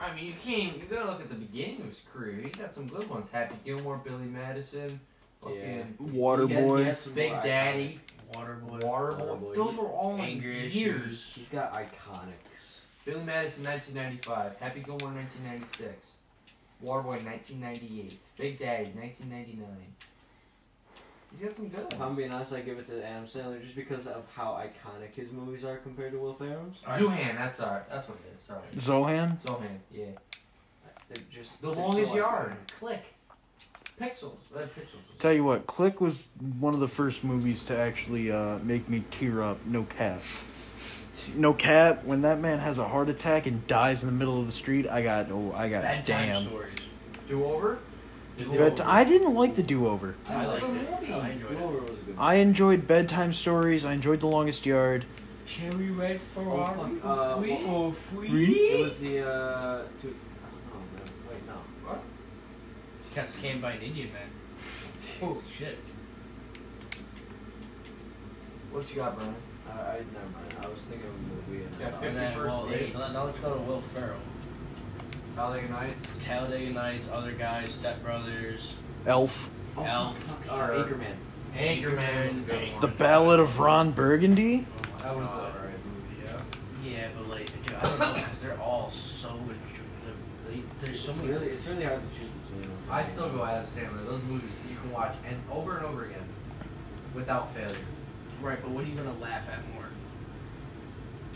I mean, you can't. You gotta look at the beginning of his career. He's got some good ones: Happy Gilmore, Billy Madison, fucking Yeah. Waterboy. Big Daddy, Waterboy. Waterboy. Waterboy. Those were all in Anger years. issues. He's got iconics. Billy Madison, 1995. Happy Gilmore, 1996. Waterboy, 1998. Big Daddy, 1999. He's got some good If I'm ones. being honest, I give it to Adam Sandler just because of how iconic his movies are compared to Will Ferrell's. Zuhan, that's all right. That's what it is. Sorry. Zohan. Zohan, yeah. They're just The they're longest so yard. iconic. Click. Pixels. Uh, pixels. was- Tell you what, Click was one of the first movies to actually uh, make me tear up. No cap. No cap. When that man has a heart attack and dies in the middle of the street, I got oh I got Bedtime damn. stories. Do over. But I didn't like the do over. I That was liked a good it. movie. I enjoyed it. Glover was a good. I enjoyed bedtime stories. I enjoyed The Longest Yard. Cherry red Oh, Ferrari. Uh, Wee. for It free. was the uh, two. Oh, no. Wait, no. What? Got scammed by an Indian man. Oh shit. What you got, Brian? I, I never mind. I was thinking of a movie. And, Yeah, uh, Fifty And then, First well, Dates. now- now let's go to Will Ferrell. Talladega Nights. Talladega Nights, uh, Other Guys, Step Brothers, Elf. oh, Elf, fuck, or sure. Anchorman. Anchorman. was a good one. The Ballad of Ron Burgundy. That was God. alright movie, yeah. Yeah, but like, dude, I don't know, cause they're all so intru- they, There's so It's many. really, it's really hard to choose between them. I still go Adam Sandler. Those movies you can watch and over and over again without failure. Right, but what are you gonna laugh at more?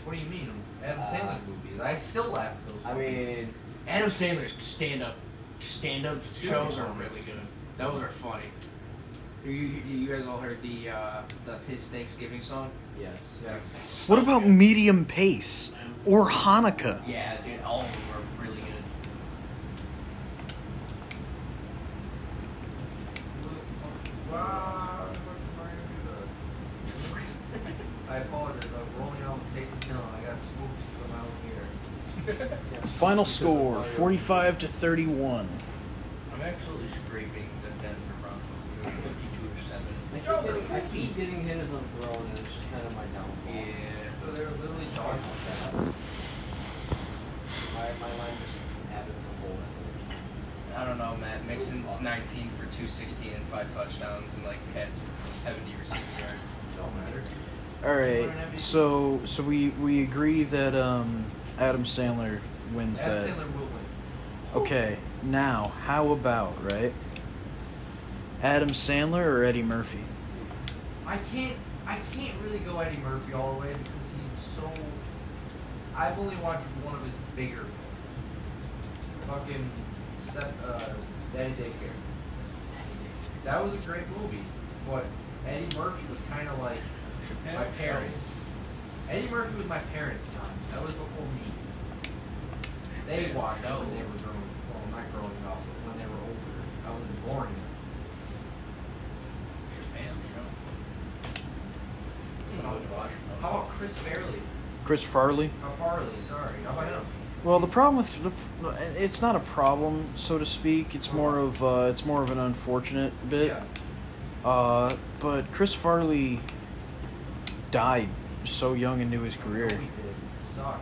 What do you mean? Adam Uh, Sandler movies. I still laugh at those. I mean, Adam Sandler's stand-up, stand-up shows are Sure. really good. Those are funny. You, you, you guys all heard the, uh, the his Thanksgiving song? yes. yes. What about Medium Pace or Hanukkah? Yeah, dude, all of them are really good. I apologize. I'm rolling out the taste of killing. I got spooked from out here. Final score 45 to 31. I'm absolutely scraping the Denver Broncos. Fifty-two or seven. I keep, Joe, getting, I Ricky. keep getting hit as I'm throwing, and it's just kind of my downfall. Yeah. So they're literally Sorry dogs. about that. My, my line just happens to hold it. I don't know, Matt. Mixon's 19 for 216 and five touchdowns and like has 70 receiving yards. Don't matter. All right. So so we we agree that um Adam Sandler wins Adam that. Sandler will win. Okay. Now, how about, right? Adam Sandler or Eddie Murphy? I can't I can't really go Eddie Murphy all the way because he's so I've only watched one of his bigger films. Fucking step uh Daddy Daycare. That was a great movie. But Eddie Murphy was kinda like my parents. Eddie Murphy was my parents' time. That was before me. They Yeah, watched it no. when they were growing well not growing up, but when they were older. I wasn't born yet. Japan show. I would watch those. How about Chris Farley? Chris Farley? How Farley, sorry. How about him? Well, the problem with the it's not a problem, so to speak. It's more of uh, it's more of an unfortunate bit. Yeah. Uh, but Chris Farley died so young into his No, career. we Oh, did. It sucks.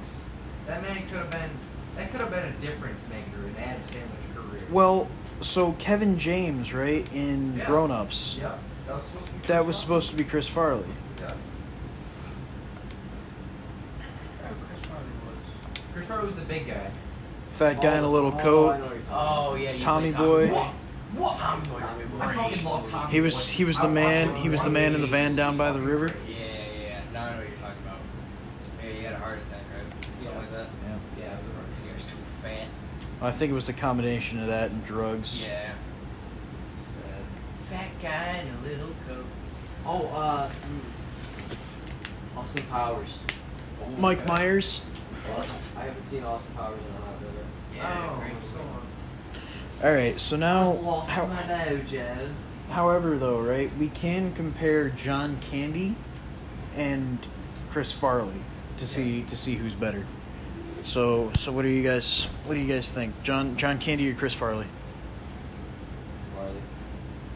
That man could have been. That could have been a difference maker in Adam Sandler's career. Well, so Kevin James, right, in Yeah. Grown Ups, Yeah. That was supposed to be. that was supposed to be Chris Farley. be. Yes. Yeah, Chris Farley was. Oh, Chris Farley was the big guy. Fat guy in a little Oh, I know coat. what you're talking Oh yeah, you Tommy play Boy. What? What? Tommy Boy. Tommy Boy. I fucking love Tommy. He was he was I the watched man. it He was the once man and in the it van was down by the fucking river. Yeah, yeah, yeah. Now I know what you're talking about. Yeah, he had a heart attack, right? Something Yeah. like that. Yeah. Yeah, the heart attack. He was too fat. I think it was the combination of that and drugs. Yeah. Fat guy in a little coat. Oh, uh, hmm. Austin Powers. Mike Myers. I haven't seen Austin Powers in a hot minute. Yeah, oh, great. so on. All right, so now, I've lost Oh, how- my mojo. however, though, right, we can compare John Candy and Chris Farley to see to see who's better. So, so what do you guys what do you guys think, John John Candy or Chris Farley? Marley.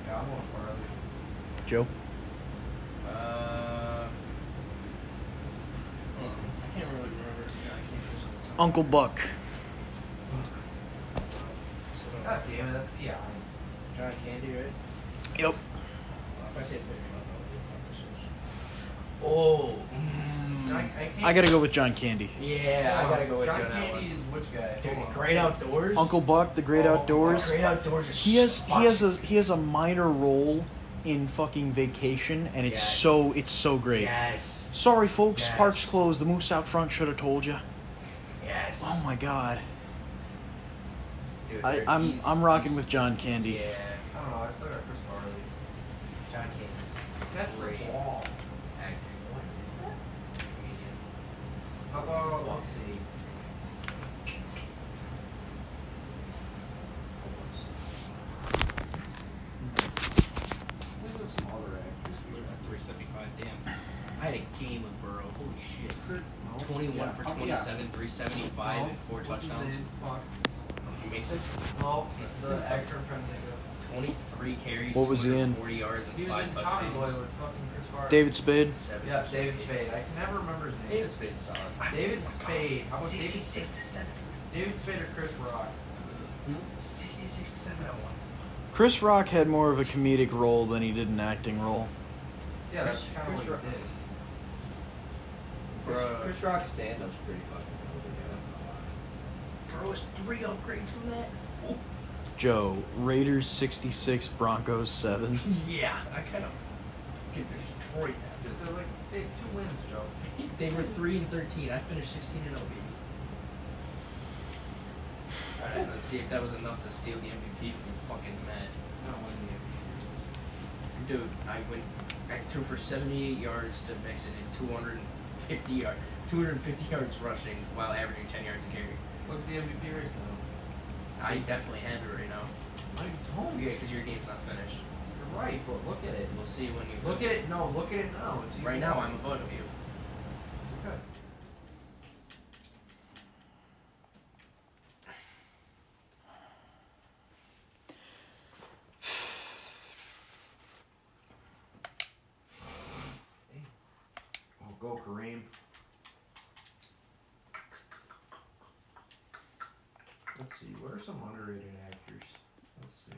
Yeah, I'm on Farley. Joe, Uh, hold on. I can't really remember. Yeah, I can't remember. Uncle Buck. So, uh, God damn it, that's yeah. I- John Candy, right? Yep. If I say Big Mouth, I'll be Oh. mm. I, I, can't, I gotta go with John Candy. Yeah, I Hold gotta on. go with John you on that Candy one. is which guy? Dude, Hold on. Great Outdoors. Uncle Buck, The Great Oh, Outdoors. Great Outdoors is He has he has such- a he has a minor role in fucking Vacation, and it's Yes. so it's so great. Yes. Sorry, folks, Yes. park's closed. The moose out front should have told you. Yes. Oh my god. Dude, I, they're- I'm he's- I'm rocking he's- with John Candy. Yeah. I don't know. I still got Chris Farley. John Candy's That's Great. the ball. acting. What is that? Comedian. How about let's see. Let's think of some other actors. Just live for 375. Damn. I had a game with Burrow. Holy shit. No? 21 Yeah. for Oh, yeah. 27, 375, No. and four What's his touchdowns. name? Fuck. He makes it No, the actor I'm trying to think of. 23 carries, What was he in? 40 yards, and He was five in Tommy touchdowns. Boy with fucking Chris Farley. David Spade. Seven Yeah, for David 68. Spade. I can never remember his name. David Spade's solid. David Oh Spade. How about David- 66 to 7. David Spade or Chris Rock? 66 to 7 at one. Chris Rock had more of a comedic role than he did an acting role. Yeah, Chris- that's kind Chris of what he Rock. did. Chris, Bruh. Chris Rock's stand up's pretty fucking Burrow is three upgrades from that? Joe, Raiders 66, Broncos 7. yeah, I kind of get destroyed Dude, they're like they have two wins, Joe. that. They were 3 and 13. I finished 16 and 0, baby. Alright, let's see if that was enough to steal the MVP from fucking Matt. Not one yet. Dude, I went. I threw for 78 yards to Mixon and 250 yard, 250 yards rushing while averaging 10 yards a carry. Look, the MVP race I definitely have it right now. now. No, you don't. Yeah, because your game's not finished. You're right, but look at it. We'll see when you Look at it. No, look at it now. It's even- Right now, I'm above you. It's okay. Oh, Go Kareem. Let's see, what are some underrated actors? Let's see.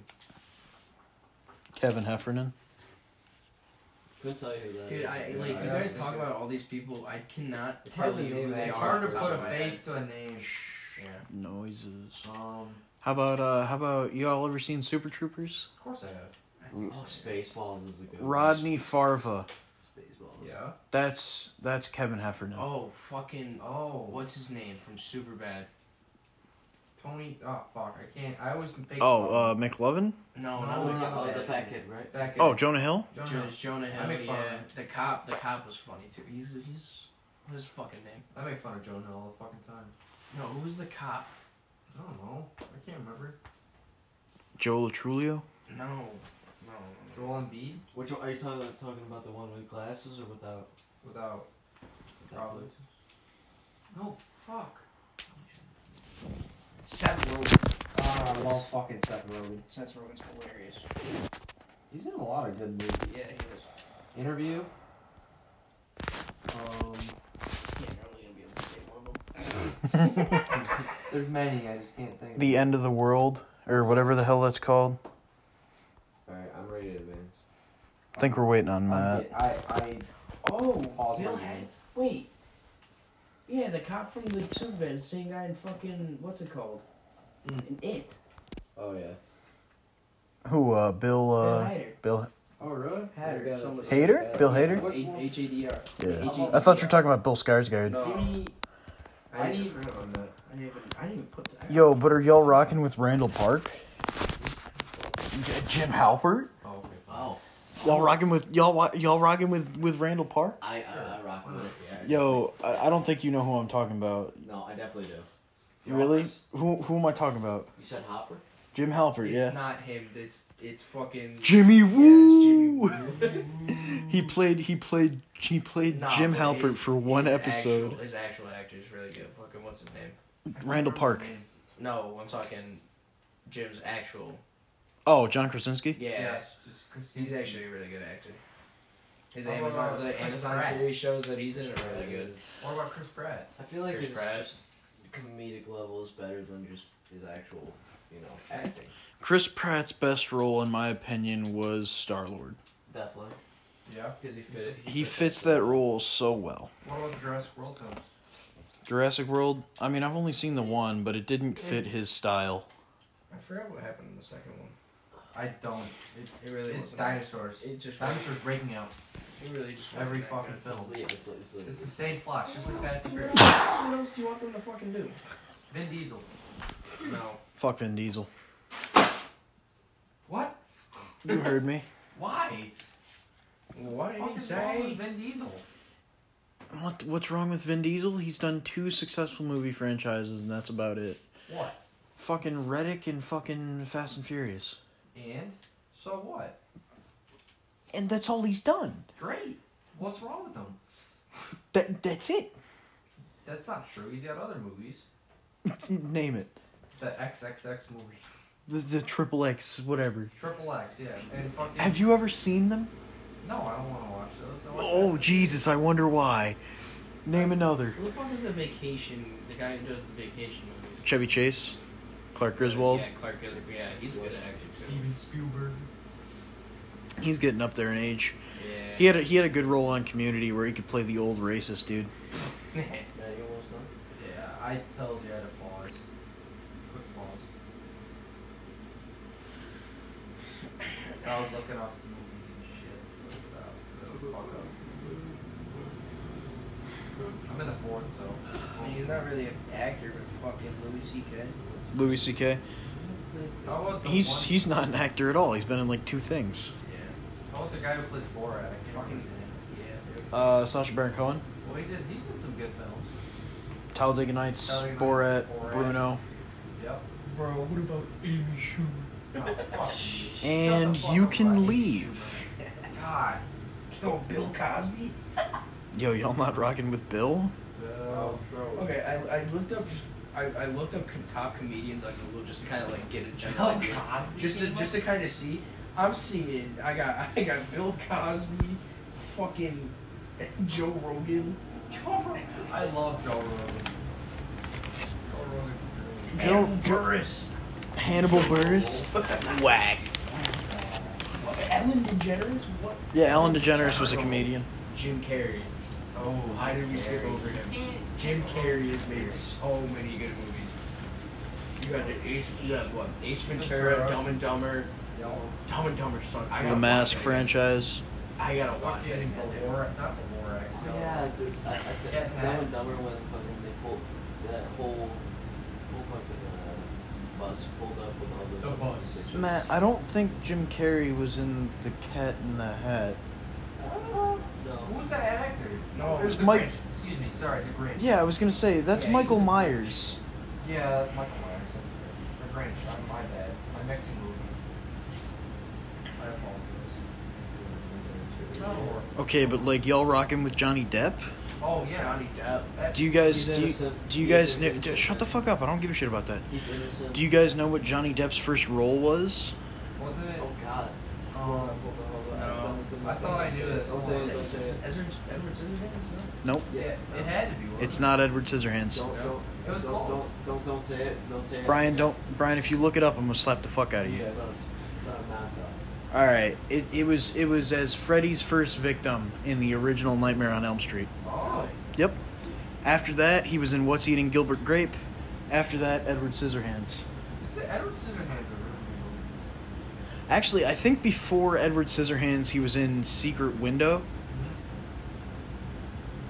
Kevin Heffernan. good. Couldn't tell you who that Dude, is. I Yeah, like you don't guys think talk I- about all these people. I cannot It's tell hard to you name who they are. names. It's hard to off the top put a of my face head. to a name. Yeah. Noises. Um, How about uh how about you all ever seen Super Troopers? of course I have. Oh, Spaceballs is a good one. Rodney Farva. Spaceballs. Yeah. That's that's Kevin Heffernan. Oh fucking. Oh, What's his name from Superbad? Tony? Oh fuck, I can't. I always think. Oh, about uh McLovin? No, No, not Oh, the no, guy. no, oh, the fat kid, right? that guy. Oh, Jonah Hill? Jonah Jo- Hill. it's Jonah Hill. I make fun of yeah. him. The cop. The cop was funny too. He's he's. What is his fucking name? I make fun of Jonah Hill all the fucking time. No, who was the cop? I don't know. I can't remember. Joe Latrulio? No. No. no, no. Joel Embiid Which one, are you talking about, talking about the one with glasses or without? without without probably. No fuck. Seth Rogen. Ah, I love fucking Seth Rogen. Seth Rogen's hilarious. He's in a lot of good movies. Yeah, he was. Interview. Um, He ain't really gonna be able to say one of them. There's many. I just can't think. The End of the World or whatever the hell that's called. Alright, I'm ready to advance. I think we're waiting on I'm Matt. get- I I Oh, Paul's Bill right had here. wait. Yeah, the cop from the tube is the same guy in fucking what's it called? Mm. In it. Oh, yeah. Who uh Bill Bill uh Hader. Bill Oh really? Hader. Yeah. someone- Hader? Hader? Bill Hader? What- H- H-A-D-R. Yeah. H-A-D-R. I thought you were talking about Bill Skarsgård. No. Maybe- I I need- need to on that. I didn't even. I didn't even put. The, Yo, but are y'all rocking with Randall Park? J- Jim Halpert? Oh okay. Oh. Y'all rocking with y'all wa- y'all rocking with with Randall Parr? I, I, I rock with it. Yeah. I- Yo, I, I don't think you know who I'm talking about. No, I definitely do. The really? Office. Who who am I talking about? You said Hopper? Jim Halpert, It's yeah. not him. It's it's fucking. Jimmy Woo. Yeah, it's Jimmy Woo. he played he played he played Nah, Jim but Halpert his- for one his episode. Actual, his actual actor is really good. Fucking what's his name? Randall Park. No, I'm talking Jim's actual. Oh, John Krasinski? Yeah, Yes, just Chris he's Kinsley. actually a really good actor. His Oh, Amazon, uh, the Chris Amazon Pratt. series shows that he's in are really good. What about Chris Pratt? I feel like Chris his Pratt. just comedic level is better than just his actual, you know, acting. Chris Pratt's best role in my opinion was Star-Lord. Definitely. Yeah. Because he fit. He fits that role so well. What about the Jurassic World films? Jurassic World, I mean, I've only seen the one, but it didn't Mm. fit his style. I forgot what happened in the second one. I don't. It really it's wasn't- dinosaurs. It just Dinosaurs breaking out it really just wasn't every that fucking good. film. Yeah, it's, like- it's, like- It's the same plot, just like Fast and Furious. What else do you want them to fucking do? Vin Diesel. No. Fuck Vin Diesel. What? You heard me. Why? What did What he is wrong say? with Vin Diesel? What what's wrong with Vin Diesel? He's done two successful movie franchises and that's about it. What? Fucking Reddick and fucking Fast and Furious. And so what? And that's all he's done. Great. What's wrong with him? That that's it. That's not true. He's got other movies. Name it. The XXX movie. The the triple X whatever. Triple X, yeah. And fucking. Have you ever seen them? No, I don't want to watch those. I want Oh Jesus, I wonder why. Name another. Who the fuck is the vacation? The guy who does the vacation movies. Chevy Chase, Clark Griswold. Yeah, Clark Griswold. Yeah, he's a good actor too. Steven Spielberg. He's getting up there in age. Yeah. He had a, he had a good role on Community where he could play the old racist dude. Yeah, you almost know. Yeah, I told you I had to pause. Quick pause. I was looking up movies and shit, so stop. Fuck up. I'm in the fourth, so. I mean, he's not really an actor, but fucking Louis C.K. Louis C.K. How about the He's one, he's not an actor at all. He's been in like two things. Yeah. How about the guy who plays Borat? I can't Fucking. remember his name. Yeah. Uh, Sasha Baron Cohen, Well, he's in, he's in some good films. Talladega Nights, Talladega Nights, Borat, Borat. Bruno, Yep. Bro, what about Amy Schumer? Oh, fuck. and Shut the fuck you up, Ryan. can leave. God. Oh, Bill Cosby? Yo, y'all not rocking with Bill? Oh, bro. Okay, I, I looked up just I, I looked up com- top comedians on Google just to kind of like get a general Bill idea, Cosby just to came just to kind of see. I'm seeing I got I got Bill Cosby, fucking Joe Rogan. I love Joe Rogan. Joe Joe- Rogan. Ed Joe- Burris, Hannibal Burris? Whack. What, Ellen DeGeneres, what? Yeah, Ellen DeGeneres was a comedian. Jim Carrey. Oh, Why did we skip over him? Jim Carrey has made so many good movies. You got the Ace, you got what? Ace Ventura, Ventura. Dumb and Dumber, Yo, Dumb and Dumber son. I The gotta Mask watch that again. franchise. I gotta watch that fucking again. dude. Ballora, not Ballora, Oh, actually. yeah, dude. I, I think Yeah, that man. was dumber when fucking they pulled that whole, whole fucking uh, bus pulled up with all the. The bus. bitches. Matt, I don't think Jim Carrey was in The Cat in the Hat. Uh, No. Who's that actor? No, There's it's the Mike- Grinch. Excuse me, sorry, the Grinch. Yeah, I was gonna say that's Yeah, Michael he's a- Myers. Yeah, that's Michael Myers. that's right. The Grinch, I'm my bad. I'm mixing movies. I apologize. No. Okay, but like y'all rocking with Johnny Depp? Oh, yeah. Johnny Depp. That, Do you guys He's do you, innocent. do you He's guys an know, innocent shut the man. fuck up? I don't give a shit about that. He's innocent. Do you guys know what Johnny Depp's first role was? wasn't it? Oh God. Um, No. I thought I knew this. Don't say it. Don't say it. Edward Edward Scissorhands. Nope. yeah, it had to be. wasn't It's it? not Edward Scissorhands. Don't don't It was don't called. don't don't don't say it. Don't say it. Brian, don't Brian. If you look it up, I'm gonna slap the fuck out of you. It's not a- it's not a knockoff. All right. It, it was it was as Freddy's first victim in the original Nightmare on Elm Street. Oh. Yep. After that, he was in What's Eating Gilbert Grape. After that, Edward Scissorhands. Is it Edward Scissorhands a real movie? Actually, I think before Edward Scissorhands, he was in Secret Window.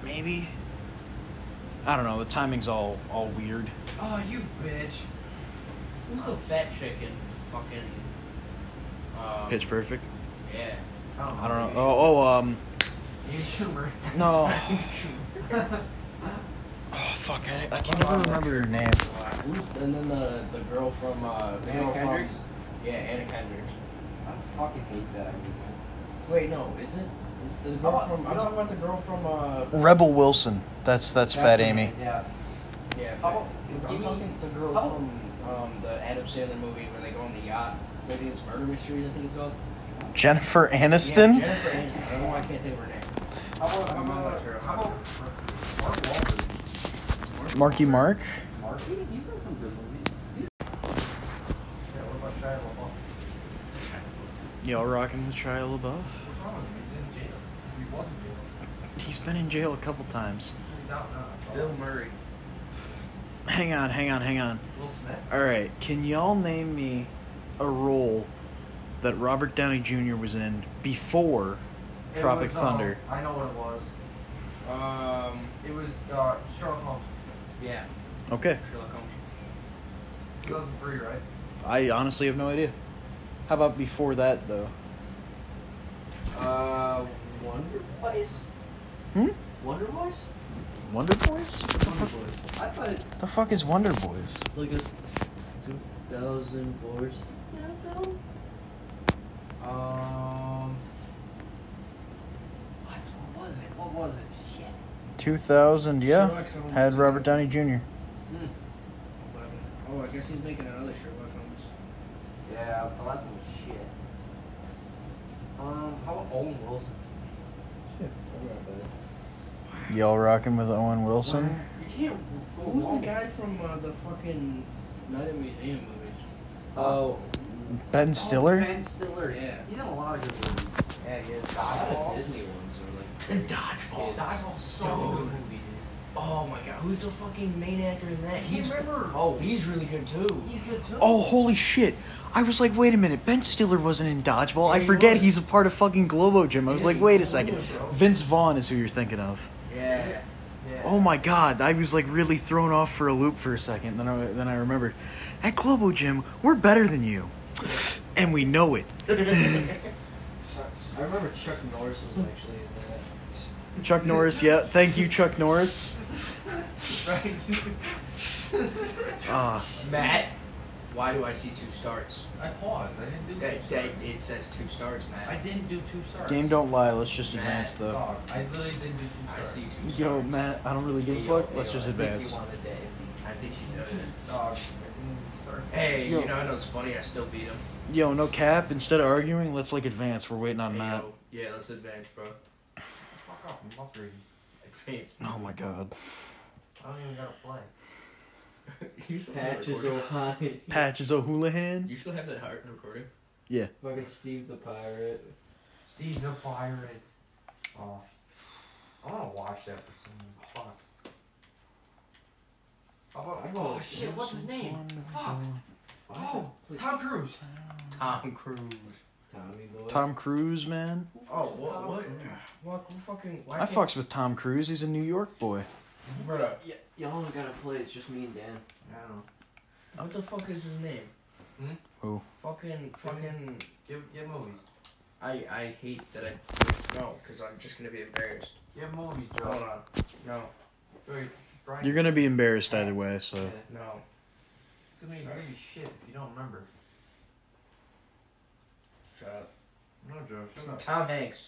Maybe. I don't know. The timing's all all weird. Oh, you bitch. Who's the fat chick in fucking? Um, Pitch Perfect. Yeah. don't know. I don't Maybe know. Oh, oh, um, You should remember. no. Who's Oh, fuck, I, I can never remember her name. Who's- And then the, the girl from uh, the Anna girl from- Kendrick? yeah, Anna Kendrick. I fucking hate that. idea. Wait, no, is it? Is the How girl about- from? I'm no. talking about the girl from. Uh, Rebel Wilson. That's that's, Fat Amy. Yeah. yeah, How about- I'm you mean- talking the girl how- from um, the Adam Sandler movie where they go on the yacht. It's like it's murder mysteries. I think it's called. Jennifer Aniston. Yeah, Jennifer Aniston. I don't know why I can't think of her name. How about, how about, how about, let's see, Mark Wahlberg? Marky Mark. Mark, he- he's in some good movies. Yeah, what about Shia LaBeouf? Y'all rocking with Shia LaBeouf. What's wrong with him? He's in jail. He was in jail. He's been in jail a couple times. He's out now. that's all. Bill Murray. Hang on, hang on, hang on. Will Smith? All right, can y'all name me a role that Robert Downey Jr. was in before It Tropic was, uh, Thunder? I know what it was. Um, It was uh, Sherlock Holmes. yeah, Okay, Sherlock Holmes. 2003, right? I honestly have no idea. How about before that though? Uh, Wonder Boys. Hmm? Wonder Boys? Wonder Boys? I thought it The fuck is Wonder Boys? like a 2004 film. Um. What? What was it? What was it? Shit. 2000, yeah. Sherlock Holmes. Had Robert Downey Jr. Hmm. Oh, I guess he's making another Sherlock Holmes. Yeah, the last one was shit. Um, how about Owen Wilson? Y'all rocking with Owen Wilson? You can't go Who's wrong. the guy from uh, the fucking Night at the Museum movies? Oh, Ben Stiller? Ben Stiller. Yeah. He's in a lot of good movies. Yeah, he is. Dodgeball? The Disney ones are like. And very Dodgeball. kids. Dodgeball's so That's a good. good movie, dude. Oh my god, who's the fucking main actor in that? He's He's remember. oh, he's really good too. he's good too. Oh, holy shit. I was like, wait a minute, Ben Stiller wasn't in Dodgeball. Yeah, I he forget was. he's a part of fucking Globo Gym. I was Yeah, like, he wait a was, second. bro. Vince Vaughn is who you're thinking of. Yeah. Yeah. Oh my god, I was like really thrown off for a loop for a second. Then I, then I remembered. At Globo Gym, we're better than you. And we know it. I remember Chuck Norris was actually in that. Chuck Norris, yeah. Thank you, Chuck Norris. Ah, Matt, why do I see two starts? I paused. I didn't do That, two that stars. it says two starts, Matt. I didn't do two stars. game don't lie. Let's just Matt, advance though. Dog, I literally didn't do two I stars. see two stars. Yo, Matt, I don't really give a fuck. Let's just advance. I think she knows it. Dog, I didn't do stars. Hey, Yo. you know, I know it's funny. I still beat him. Yo, no cap. Instead of arguing, let's like advance. We're waiting on Hey, Matt. yo. Yeah, let's advance, bro. Fuck off, I'm upgrading. Advance. Oh my god. I don't even gotta play. you still have that Patches recording? O'Hine. Patches O'Houlihan. You still have that heart recording? Fucking Steve the Pirate. Steve the Pirate. Oh. I wanna watch that for some reason. Fuck. How about, oh shit, what's his name? Fuck. Oh, Tom Cruise. Tom Cruise. Tommy Boy. Tom Cruise, man. Oh, what? What? What? Who fucking? Why I fucks with Tom Cruise. He's a New York boy. Bro, Yeah, y'all don't gotta play. It's just me and Dan. I don't know. what the fuck is his name? Hmm? Who? Fucking, fucking. Give, give movies. I, I hate that I no, because I'm just gonna be embarrassed. Give movies, Hold Joe. on. No, Wait, Brian. You're gonna be embarrassed either way. So no. It's gonna be, you're gonna be shit if you don't remember. Shut up. No, Joe, shut up. Tom Hanks.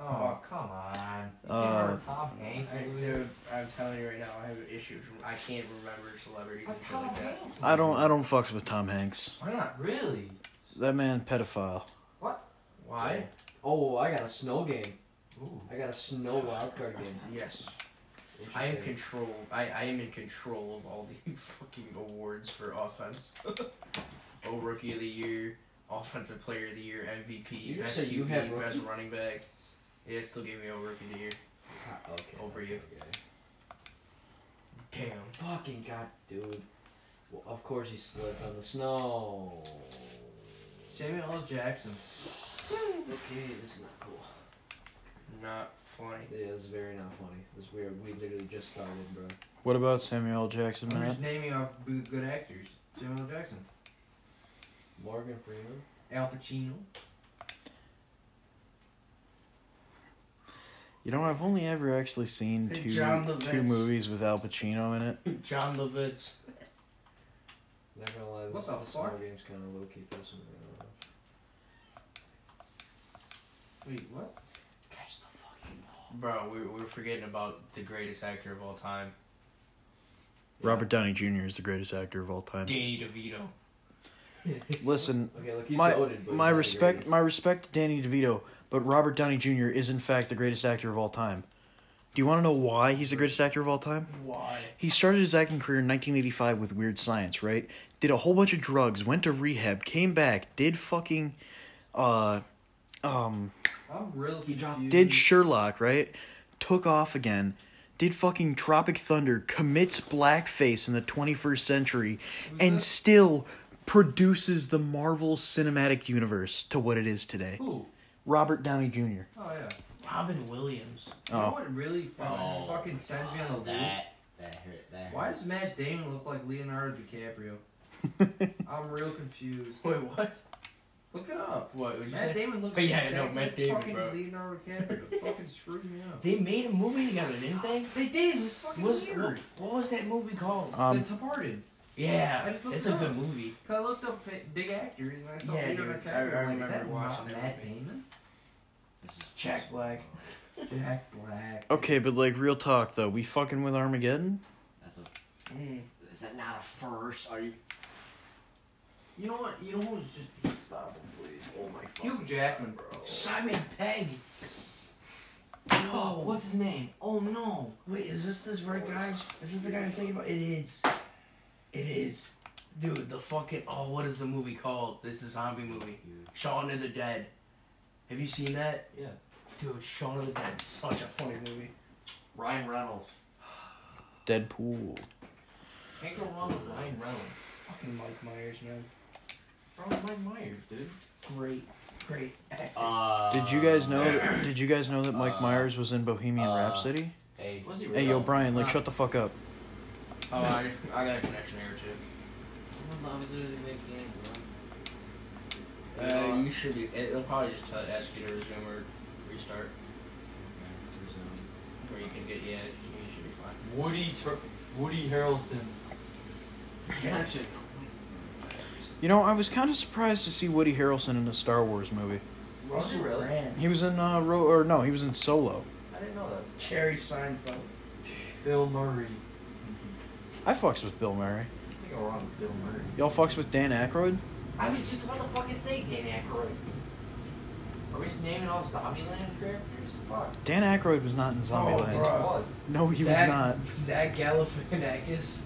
Oh, come on. You can't Uh, remember Tom Hanks. I, dude, I'm telling you right now, I have issues. I can't remember celebrities and But stuff Tom like that. Hanks. I don't. uh, I don't fucks with Tom Hanks. Why not? Really? That man pedophile. Why? Oh, I got a snow game. Ooh. I got a snow wildcard game. Yes. I am Interesting. control. I, I am in control of all the fucking awards for offense. oh, rookie of the year, offensive player of the year, MVP, You best said you QB, had best rookie? running back. Yeah, it still gave me over rookie of the year. Ah, okay, Over that's you. okay. Damn. Fucking god, dude. Well, of course he slipped on the snow. Samuel L. Jackson. Okay, this is not cool. Not funny. Yeah, this is very not funny. This weird. We literally just started, bro. What about Samuel L. Jackson, I'm man? just naming off b- good actors. Samuel L. Jackson. Morgan Freeman. Al Pacino. You know, I've only ever actually seen Hey, two John two Lovitz. movies with Al Pacino in it. John Lovitz. Not gonna lie, this, What the this summer fuck? game's kind of low key pissing me off. Wait, what? Catch the fucking ball. Bro, we we're forgetting about the greatest actor of all time, Yeah. Robert Downey Jr. is the greatest actor of all time. Danny DeVito. Listen, Okay, look, he's my goated, my but he's not the respect greatest. my respect to Danny DeVito, but Robert Downey Jr. is in fact the greatest actor of all time. Do you want to know why he's the greatest actor of all time? Why? He started his acting career in 1985 with Weird Science, right? Did a whole bunch of drugs, went to rehab, came back, did fucking, uh, um, I'm really confused. did Sherlock, right? Took off again, did fucking Tropic Thunder, commits blackface in the 21st century, Who's and this? still produces the Marvel Cinematic Universe to what it is today. Who? Robert Downey Jr. Oh yeah. Robin Williams. You know Oh, what really fucking, Oh, fucking sends me on the loop? That that hurt. That Why hurts. does Matt Damon look like Leonardo DiCaprio? I'm real confused. Wait, what? Look it up. What? Would you say? Matt Damon looks But like yeah, exactly no, Matt Damon, fucking bro. Leonardo DiCaprio. fucking screwed me up. They made a movie together, didn't they? They did. It was fucking Was what, weird. what was that movie called? um, the Departed. I Yeah, just looked it's it a up. good movie. Cause I looked up fa- big actors and I saw Yeah, Leonardo dude, I- DiCaprio. I I'm like, is remember that watching not that Matt movie. Damon? This is- Jack Black. Jack Black. okay, but like real talk though, we fucking with Armageddon. That's a, Mm. is that not a first? Are you? You know what? You know who's just Stop it, please. Oh my fuck. Hugh Jackman, bro. Simon Pegg. Oh, No. what's his name? Oh no. Wait, is this this right guy? Is this the guy I'm thinking about? It is. It is. Dude, the fucking oh, what is the movie called? This is a zombie movie. Huge. Shaun of the Dead. Have you seen that? Yeah. Dude, Shaun of the Dead's such a funny movie. Ryan Reynolds. Deadpool. Can't go wrong with Ryan Reynolds. Fucking Mike Myers, man. Wrong with Mike Myers, dude. Great, great. actor. Uh, Did you guys know? That, did you guys know that Mike uh, Myers was in Bohemian uh, Rhapsody? Hey, Was he Hey, yo, Brian, like, shut the fuck up. oh, I, I got a connection here too. Uh, you should be. It'll probably just tell ask you to resume or restart, or you can get yeah. You should be fine. Woody Tur- Woody Harrelson. You know, I was kind of surprised to see Woody Harrelson in a Star Wars movie. Was he really? Brand. He was in uh, Ro- or no, he was in Solo. I didn't know that. Cherry Seinfeld. Bill Murray. I fucks with Bill Murray. I think I'm wrong with Bill Murray. Y'all fucks with Dan Aykroyd? I was just about to fucking say Dan Aykroyd. Are we just naming all Zombieland characters? Fuck. Dan Aykroyd was not in Zombieland. bro. was. no, he was Zach- not. Zach Galifianakis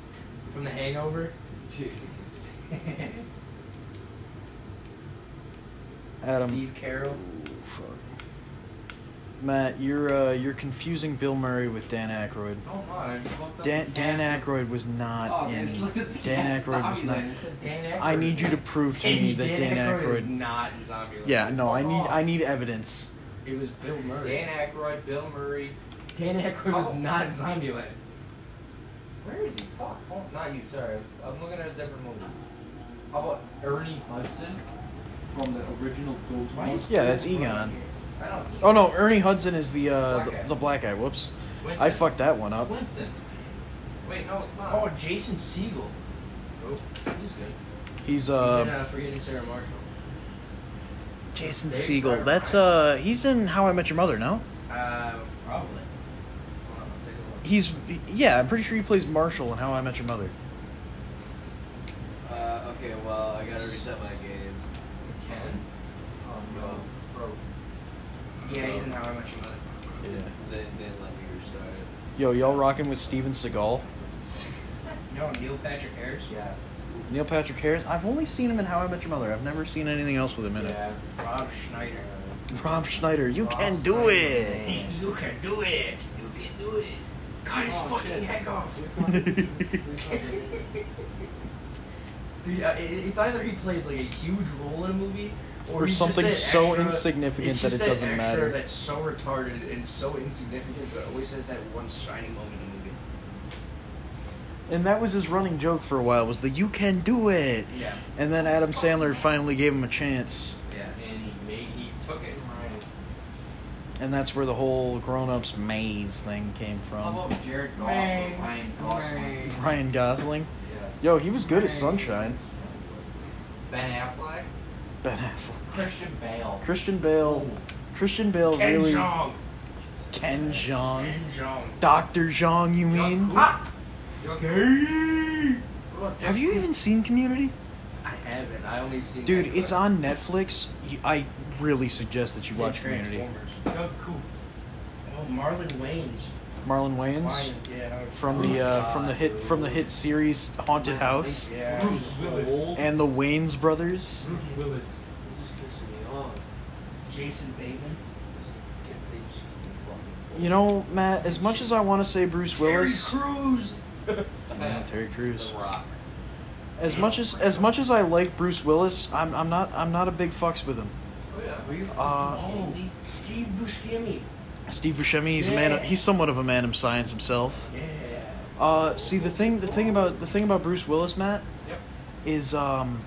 from The Hangover. Adam. Steve Carroll. Matt, you're uh, you're confusing Bill Murray with Dan Aykroyd. Oh my, I just looked up. Dan Dan Aykroyd was Oh, not I in. just looked at the Dan Aykroyd was not. Zombieland. It said Dan Aykroyd. I need you to prove to me that Dan is Aykroyd. not in Zombieland. Yeah, no, I need Fuck off. I need evidence. It was Bill Murray. Dan Aykroyd, Bill Murray. Dan, Aykroyd was Oh. not in Zombieland. Where is he? Fuck. Oh, not you. Sorry, I'm looking at a different movie. How about Ernie Hudson from the original Ghostbusters? Yeah, that's Egon. I don't. it's Oh Egon. no, Ernie Hudson is the uh, Black guy. the, the black guy. Whoops, Winston. I fucked that one up. Winston. Wait, no, it's not. Oh, Jason Segel. Oh, he's good. He's he's in uh uh, Forgetting Sarah Marshall. Jason Dave Siegel. Pryor. That's uh he's in How I Met Your Mother. No, Uh, probably. Hold on, I'll take a look. he's yeah. I'm pretty sure he plays Marshall in How I Met Your Mother. Uh, okay, well, I gotta reset my game. Ken. Oh no, it's broke. Yeah, he's in How I Met Your Mother. Yeah. They they didn't let me restart it. Yo, y'all rocking with Steven Seagal? No, Neil Patrick Harris. Yes. Neil Patrick Harris. I've only seen him in How I Met Your Mother. I've never seen anything else with him in Yeah. Rob Schneider. Rob Schneider, you Rob can do Schneider. it. You can do it. You can do it. Cut his Oh, fucking shit. head off. Dude, yeah, it, it's either he plays like a huge role in a movie, or, Or he's something just that so extra- insignificant it's that just it doesn't extra matter. That's so retarded and so insignificant, but always has that one shining moment in the movie. And that was his running joke for a while was the you can do it. Yeah, And then Adam Sandler finally gave him a chance. yeah. And he made he took it and ran it. And that's where the whole grown-ups maze thing came How from. about Jared Goff Ray. or Ryan Gosling? Ray. Ryan Gosling. Yes. Yo, he was good as Hey. Sunshine. Ben Affleck, Ben Affleck. Christian Bale. Christian Bale. Christian Bale Ken really. Jeong. Ken Jeong. Ken Jeong. Doctor Zhang, you mean? Ah! Joker. Have you even seen Community? I haven't. I only seen. Dude, that it's clip. on Netflix. You- I really suggest that you It's watch in Community. Transformers. Jungkook. Oh, Marlon Wayans. Marlon Wayans Lion, yeah. I- from the uh, from the hit from the hit series Haunted House Yeah. Bruce Willis. and the Waynes brothers. Bruce Willis. This is pissing me Oh, off. Jason Bateman. Just get these fucking- You know, Matt. As much as I want to say Bruce Willis, Terry Crews. Yeah, Terry Crews. The Rock. As much as as much as I like Bruce Willis, I'm I'm not I'm not a big fucks with him. Oh yeah. Were you fucking Uh, kidding oh, me? Steve Buscemi. Steve Buscemi, he's a man. Of, Yeah. he's somewhat of a man of science himself. Yeah. Uh, see the thing the thing about the thing about Bruce Willis, Matt, Yep. is um,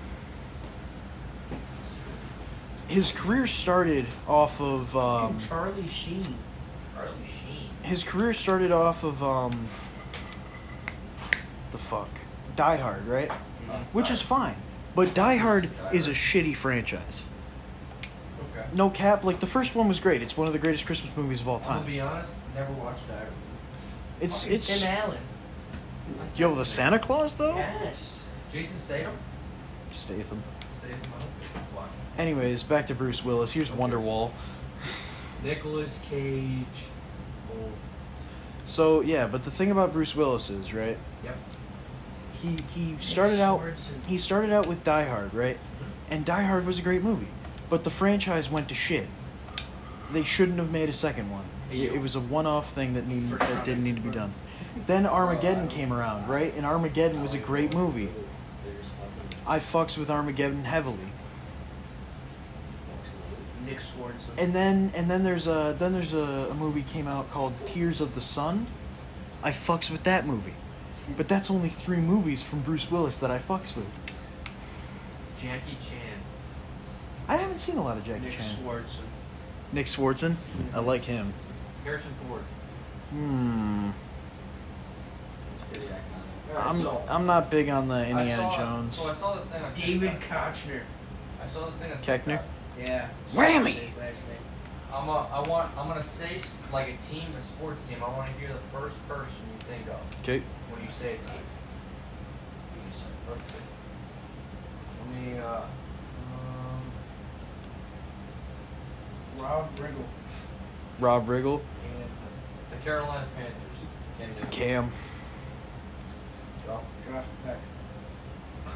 his career started off of um, Charlie Sheen. Charlie Sheen. his career started off of um, the fuck Die Hard, right? Which is fine, but Die Hard is a shitty franchise. Okay. No cap, like the first one was great. It's one of the greatest Christmas movies of all I'm gonna time. be honest. Never watched Diver. It's Oh. Fucking it's Tim Allen. yo the Santa Claus though. Yes. Jason Statham. Statham. Statham. I don't give a fuck. Anyways, back to Bruce Willis. Here's Okay. Wonderwall. Nicholas Cage. Oh. So yeah, but the thing about Bruce Willis is right. Yep. He he started out Sorensen. he started out with Die Hard, right? And Die Hard was a great movie, but the franchise went to shit. They shouldn't have made a second one. It, it was a one-off thing that needed For that didn't need to be done. Then Armageddon came around, right? And Armageddon was a great movie. There's fucking- I fucks with Armageddon heavily. Nick Swartzen. And then and then there's a then there's a, a movie came out called Tears of the Sun. I fucks with that movie. But that's only three movies from Bruce Willis that I fucks with. Jackie Chan. I haven't seen a lot of Jackie Nick Chan. Swartzen. Nick Swartzen? I like him. Harrison Ford. Hmm. It's pretty iconic. Alright, I'm so, I'm not big on the I Indiana saw- Jones. So I saw this thing on uh, David TikTok. Kochner. I saw this thing on Koechner? TikTok. Yeah. Whammy! His last name. I'm a, I want I'm gonna say s- like a team, a sports team. I want to hear the first person you think of Okay. when you say a team. Let's see. Let me. Uh, um, Rob Riggle. Rob Riggle. and the Carolina Panthers. Cam Newton. Cam. Josh Peck.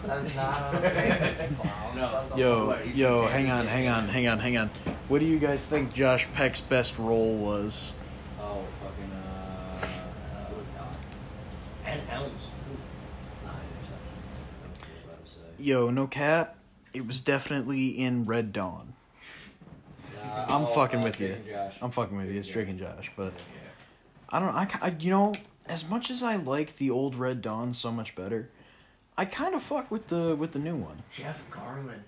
That's not. on- Wow, No. shut the Yo, fuck up. yo, hang on, hang on, hang on, hang on. What do you guys think Josh Peck's best role was? Oh, fucking, uh, uh, Luke Howard. And Helms. It's not an interception. That's what I was about to say. Yo, no cap. It was definitely in Red Dawn. Nah, I'm oh, fucking uh, with you. Drake and Josh. I'm fucking with you. It's Drake and Josh, but Yeah. I don't. I, ki- I you know as much as I like the old Red Dawn so much better, I kind of fuck with the with the new one. Jeff Garland.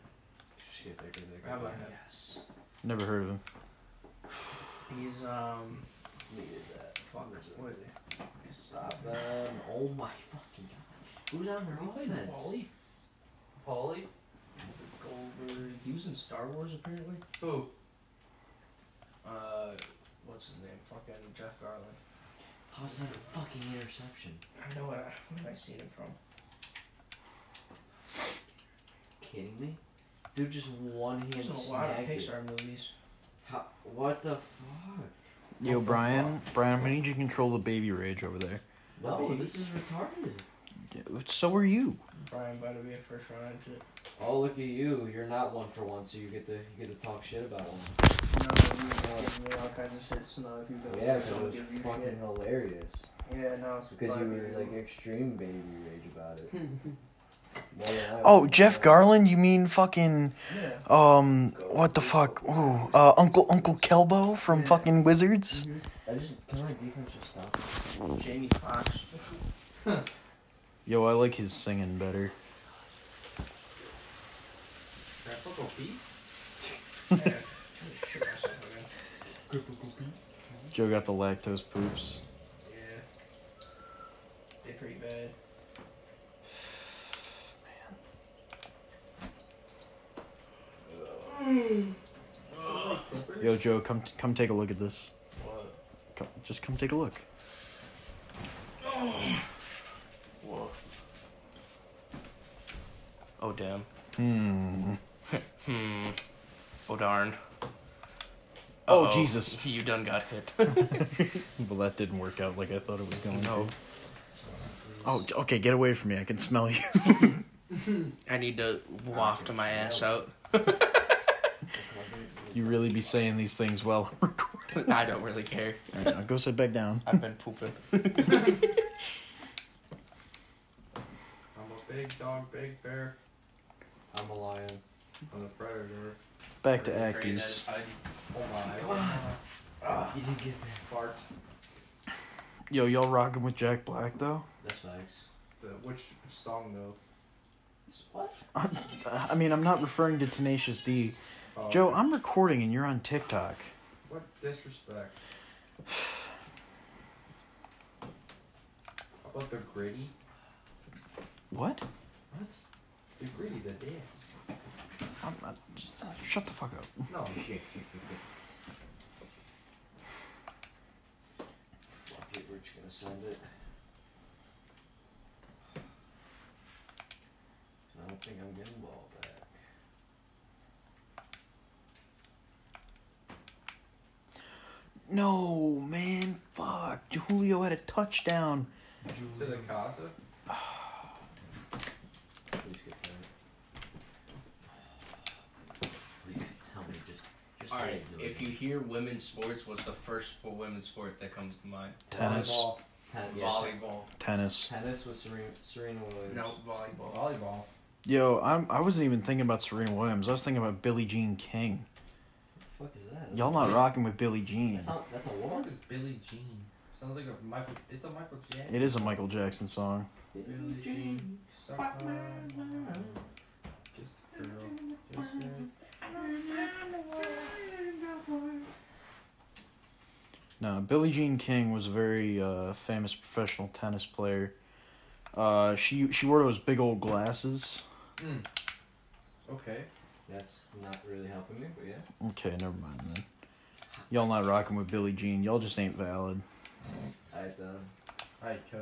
Shit, they're good, they're good. Rabbi. Yes. Never heard of him. He's um. Needed that. Fuck. What is it? Stop them. Oh my fucking gosh. Who's on their offense? Wally? Paulie. Goldberg. He was in Star Wars apparently. Who? Uh, what's his name? Fucking Jeff Garland. How's that a fucking interception? I know. I, where did I see him from? Kidding me? Dude, just one hand There's a lot of snagged it. Pixar movies. How, what the fuck? Yo, Brian, Brian, I'm gonna need you to control the baby rage over there. No, this is retarded. So are you. Brian about to be a first round exit. Oh, look at you. You're not one for one, so you get to you get to talk shit about one. No, you giving me all kinds of shit. So now if you go, Oh, Yeah, I because it don't was give you fucking shit. hilarious. Yeah, no, it's Because you probably were like extreme baby rage about it. More than I Oh, was. Jeff Garland? You mean fucking Yeah. um what the fuck? Ooh, uh, Uncle Uncle Kelbo from Yeah. fucking Wizards. I just can my defense just stop? Jamie Foxx. Yo, I like his singing better. Can I fuck a beat? Yeah. I'm gonna shit myself again. Critical beat. Joe got the lactose poops. Yeah. They're pretty bad. Yo, Joe, come come take a look at this. What? Come, just come take a look. What? Oh damn. Hmm. Hmm. Oh darn. Oh, Uh-oh. Jesus. You done got hit. Well, that didn't work out like I thought it was going No. to. Oh, j- okay, get away from me. I can smell you. I need to waft my ass out. you really be saying these things well. I don't really care. All right, now go sit back down. I've been pooping. I'm a big dog, big bear. I'm a lion. I'm a predator. Back to Very great Acties. at hiding. Oh my. He didn't get that fart. Yo, y'all rocking with Jack Black though? That's facts. The, which song though? What? I mean, I'm not referring to Tenacious D. Oh, Joe, okay. I'm recording and you're on TikTok. What disrespect? How about the gritty? What? What? The gritty, the dance. I'm not, just- shut the fuck up. No. Fuck it, we're just gonna send it. I don't think I'm getting the ball back. No, man, fuck. Julio had a touchdown. to the casa? Please get that. Please tell me just. just All right. do it. If you hear women's sports, what's the first spo- women's sport that comes to mind? Tennis. Volleyball. Ten, yeah, Volleyball. Tennis. Tennis with Serena, Serena Williams. No, volleyball. Volleyball. Yo, I'm, I wasn't even thinking about Serena Williams. I was thinking about Billie Jean King. What the fuck is that? Y'all not rocking with Billie Jean. That's, not, that's a What war. is Billie Jean? Sounds like a Michael. It's a Michael Jackson. It is a Michael Jackson song. Billie Jean. somehow. Just a girl. Just a- No, Billie Jean King was a very uh, famous professional tennis player. Uh, she she wore those big old glasses. Mm. Okay. That's not really helping me, but yeah. Okay, never mind then. Y'all not rocking with Billie Jean. Y'all just ain't valid. Alright then. Alright, uh,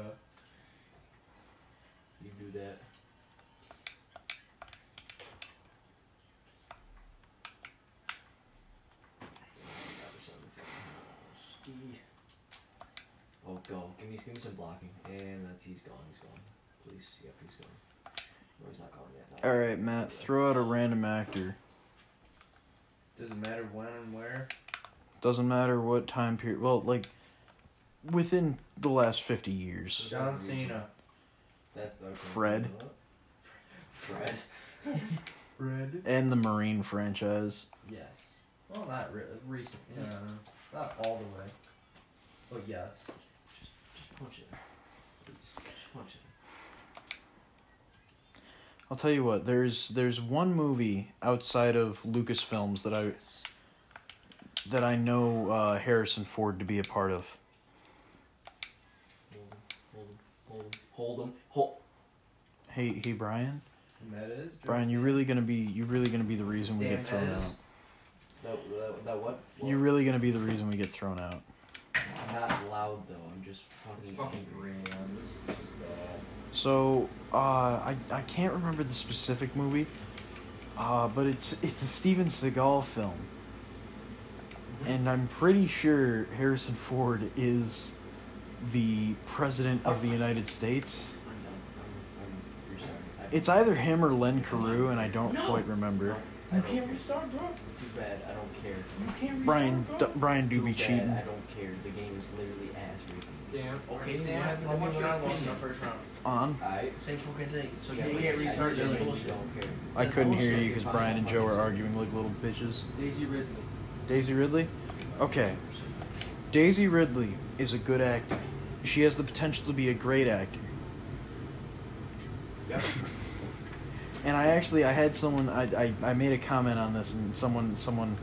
You do that. Oh, go. Give me, give me some blocking. And that's, he's gone, he's gone. Please, yep, he's gone. No, he's not gone yet. No. All right, Matt, throw out a random actor. Doesn't matter when and where. Doesn't matter what time period. Well, like within the last fifty years. John Cena. That's, okay. Fred. Fred? Red. And the Marine franchise. Yes. Well, not re- recent. You know, not all the way. But yes. Just punch it. Please, just punch it. I'll tell you what. There's there's one movie outside of Lucasfilms that I Yes. that I know uh, Harrison Ford to be a part of. Hold him, hold him, hold him, hold Hey, hey, Brian. And that is. Joe. Brian, you really gonna be you really gonna be the reason we Damn, get thrown that is- out. That, that, that what? You really gonna be the reason we get thrown out. I'm not loud though. I'm just It's fucking. fucking angry, man. This is just bad. So, uh, I I can't remember the specific movie, uh, but it's it's a Steven Seagal film, and I'm pretty sure Harrison Ford is the president of the United States. I'm done. I'm, I'm restarting. I- It's either him or Len Carew, and I don't No. quite No, remember. I don't care. restart, bro. Too bad. I don't care. You can't Brian D- Brian do Too be bad, cheating. I don't care. The game is literally ass raping. Damn. Okay, what Damn. happened I to me want when your I lost in the opinion. first round? On. I. Same fucking thing. So you yeah, but can't I restart this genuinely bullshit. Don't care. I That's couldn't bullshit. hear you because Brian and Joe are arguing like little bitches. Daisy Ridley. Daisy Ridley? Okay. Daisy Ridley is a good actor. She has the potential to be a great actor. Yep. And I actually I had someone I, I, I made a comment on this and someone someone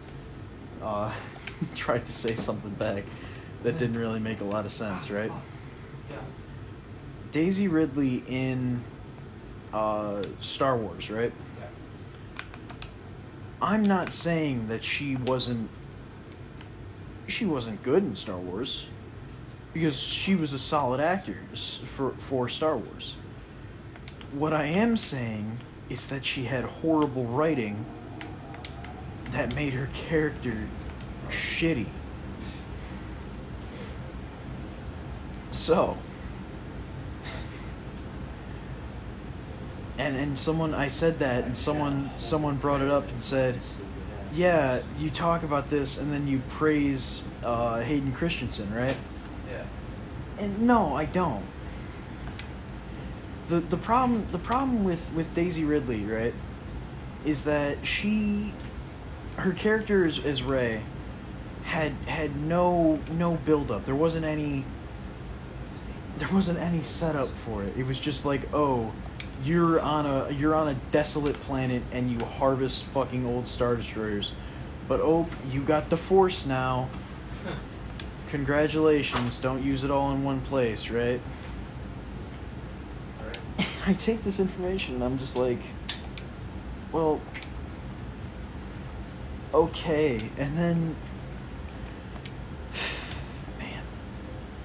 uh, tried to say something back. that didn't really make a lot of sense, right? Yeah. Daisy Ridley in uh, Star Wars, right? Yeah. I'm not saying that she wasn't she wasn't good in Star Wars because she was a solid actor s- for for Star Wars. What I am saying is that she had horrible writing that made her character shitty. So, and and someone I said that and someone someone brought it up and said, "Yeah, you talk about this and then you praise uh, Hayden Christensen, right?" Yeah. And no, I don't. The the problem the problem with with Daisy Ridley, right, is that she her character as, as Ray had had no no build up. There wasn't any there wasn't any setup for it. It was just like, "Oh, you're on a you're on a desolate planet and you harvest fucking old star destroyers." But oh, you got the force now congratulations don't use it all in one place right Alright. i take this information and i'm just like well okay and then man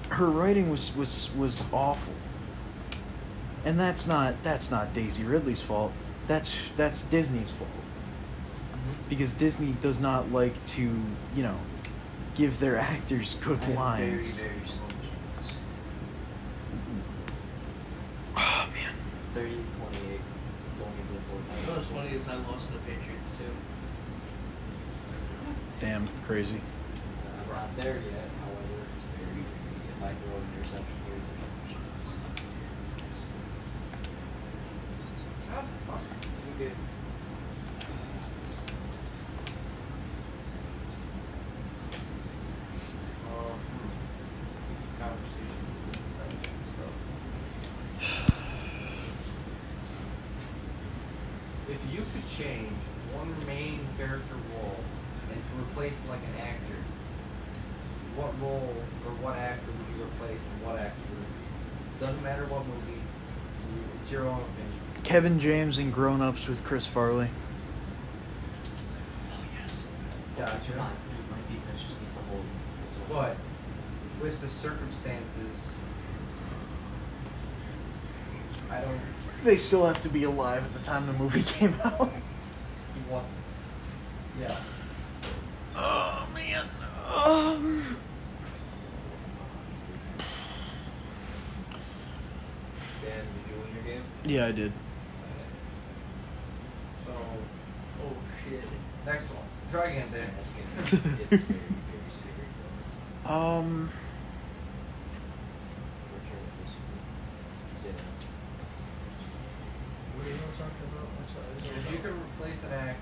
her writing was was was awful and that's not that's not daisy ridley's fault that's that's disney's fault Mm-hmm. because Disney does not like to, you know, give their actors good lines. Very, very slow chance. Oh man. 30 28 going into the fourth. You know what's funny is I lost to the Patriots too. Damn crazy. I'm not there yet, however, it's very, if I throw an interception here, there's no God fuck. chance. Okay. Uh, conversation. stuff. If you could change one main character role and to replace like an actor, what role or what actor would you replace and what actor would you? Doesn't matter what movie. It's your own opinion. Kevin James and Grown Ups with Chris Farley. Yeah, But you're not, my defense just needs a hold. But with the circumstances, I don't. They still have to be alive at the time the movie came out. He wasn't. Yeah. Oh man. Um, Dan, did you win your game? yeah, I did. So, oh shit. Next one. Try again, Dan. That's gonna be, it's very, very scary for us. Um, We're trying to just sit down. What are you talking If you could replace an actor,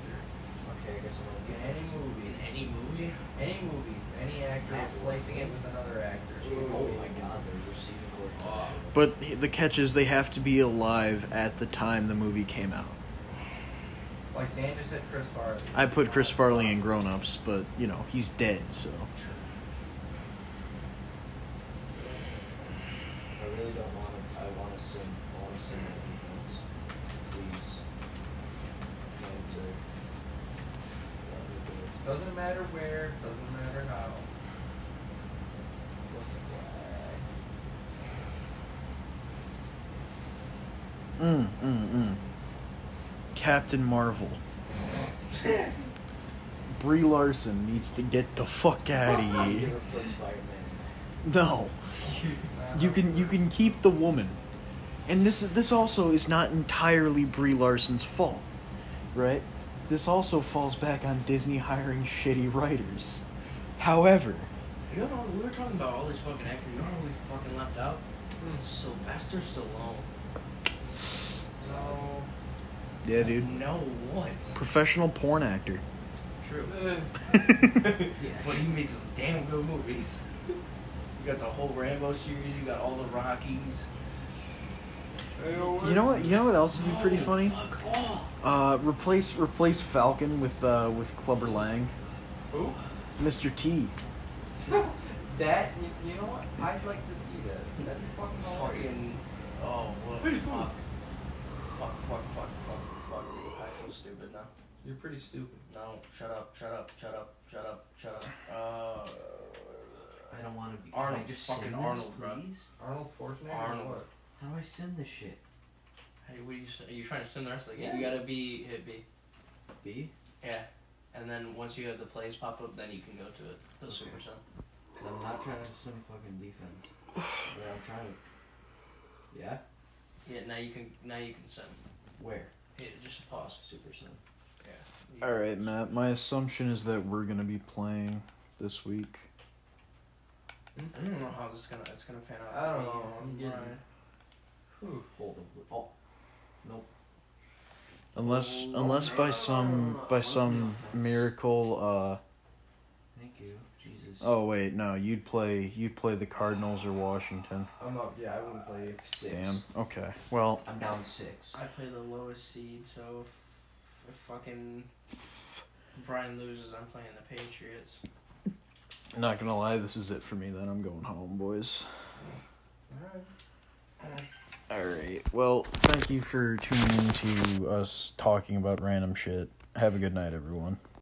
Okay, I guess I'm In gonna any movie, In any movie? any movie, any actor, replacing it with another actor. Oh my god, they're receiving court. Oh. but the catch is they have to be alive at the time the movie came out. Like Dan just said, Chris Farley. I put Chris Farley in Grown Ups, but you know he's dead, so I really don't want to. I want to sing. I want to sing my defense. Please. Answer. Doesn't matter where. Doesn't matter how. What's the flag? Mm, mm, mm. Captain Marvel. Brie Larson needs to get the fuck out of Get here. replaced by a man. No. You can you can keep the woman. And this this also is not entirely Brie Larson's fault, right? This also falls back on Disney hiring shitty writers. However, You know, we were talking about all these fucking actors. You know who we fucking left out? Hmm. Sylvester Stallone. No. yeah, dude. No, what? Professional porn actor. True. Eh. But he made some damn good movies. You got the whole Rambo series. You got all the Rockies. You know what? You know what else would be pretty Oh, funny? fuck off. Uh, replace replace Falcon with uh, with Clubber Lang, Who? Mr. T. That You, you know what? I'd like to see that. That'd be fucking hilarious. fucking. Oh, what Pretty the cool. fuck. Fuck, fuck, fuck, fuck, fuck. I feel stupid now. You're pretty stupid. No, shut up, shut up, shut up, shut up, shut up. Uh, I don't want to be. can Arnold, I just fucking send Arnold, this, bro. please? Arnold Schwarzenegger. or Arnold. what? How do I send this shit? Hey, what are you, s- are you trying to send the rest of the Yeah. game? You gotta be hit B. B? Yeah. And then once you have the plays pop up, then you can go to it. The Okay. super sub. Because I'm not trying to send fucking defense. Where I'm trying to. Yeah? Yeah. Now you can. Now you can send. Where? Hit, just pause. Super send. You- All right, Matt. My assumption is that we're gonna be playing this week. I don't know how this is gonna. It's gonna pan out. I don't Yeah, know, I'm getting- Ryan. Whew. Hold them. Oh. Nope. Unless, unless by some by some miracle. Uh, Thank you. Jesus. oh wait, no. You'd play you'd play the Cardinals or Washington. I'm up. Yeah, I wouldn't play. Six. Damn. Okay. Well, I'm down six. I play the lowest seed, so if, if fucking Brian loses, I'm playing the Patriots. not gonna lie, this is it for me. Then I'm going home, boys. Alright. All right. Well, thank you for tuning in to us talking about random shit. Have a good night, everyone.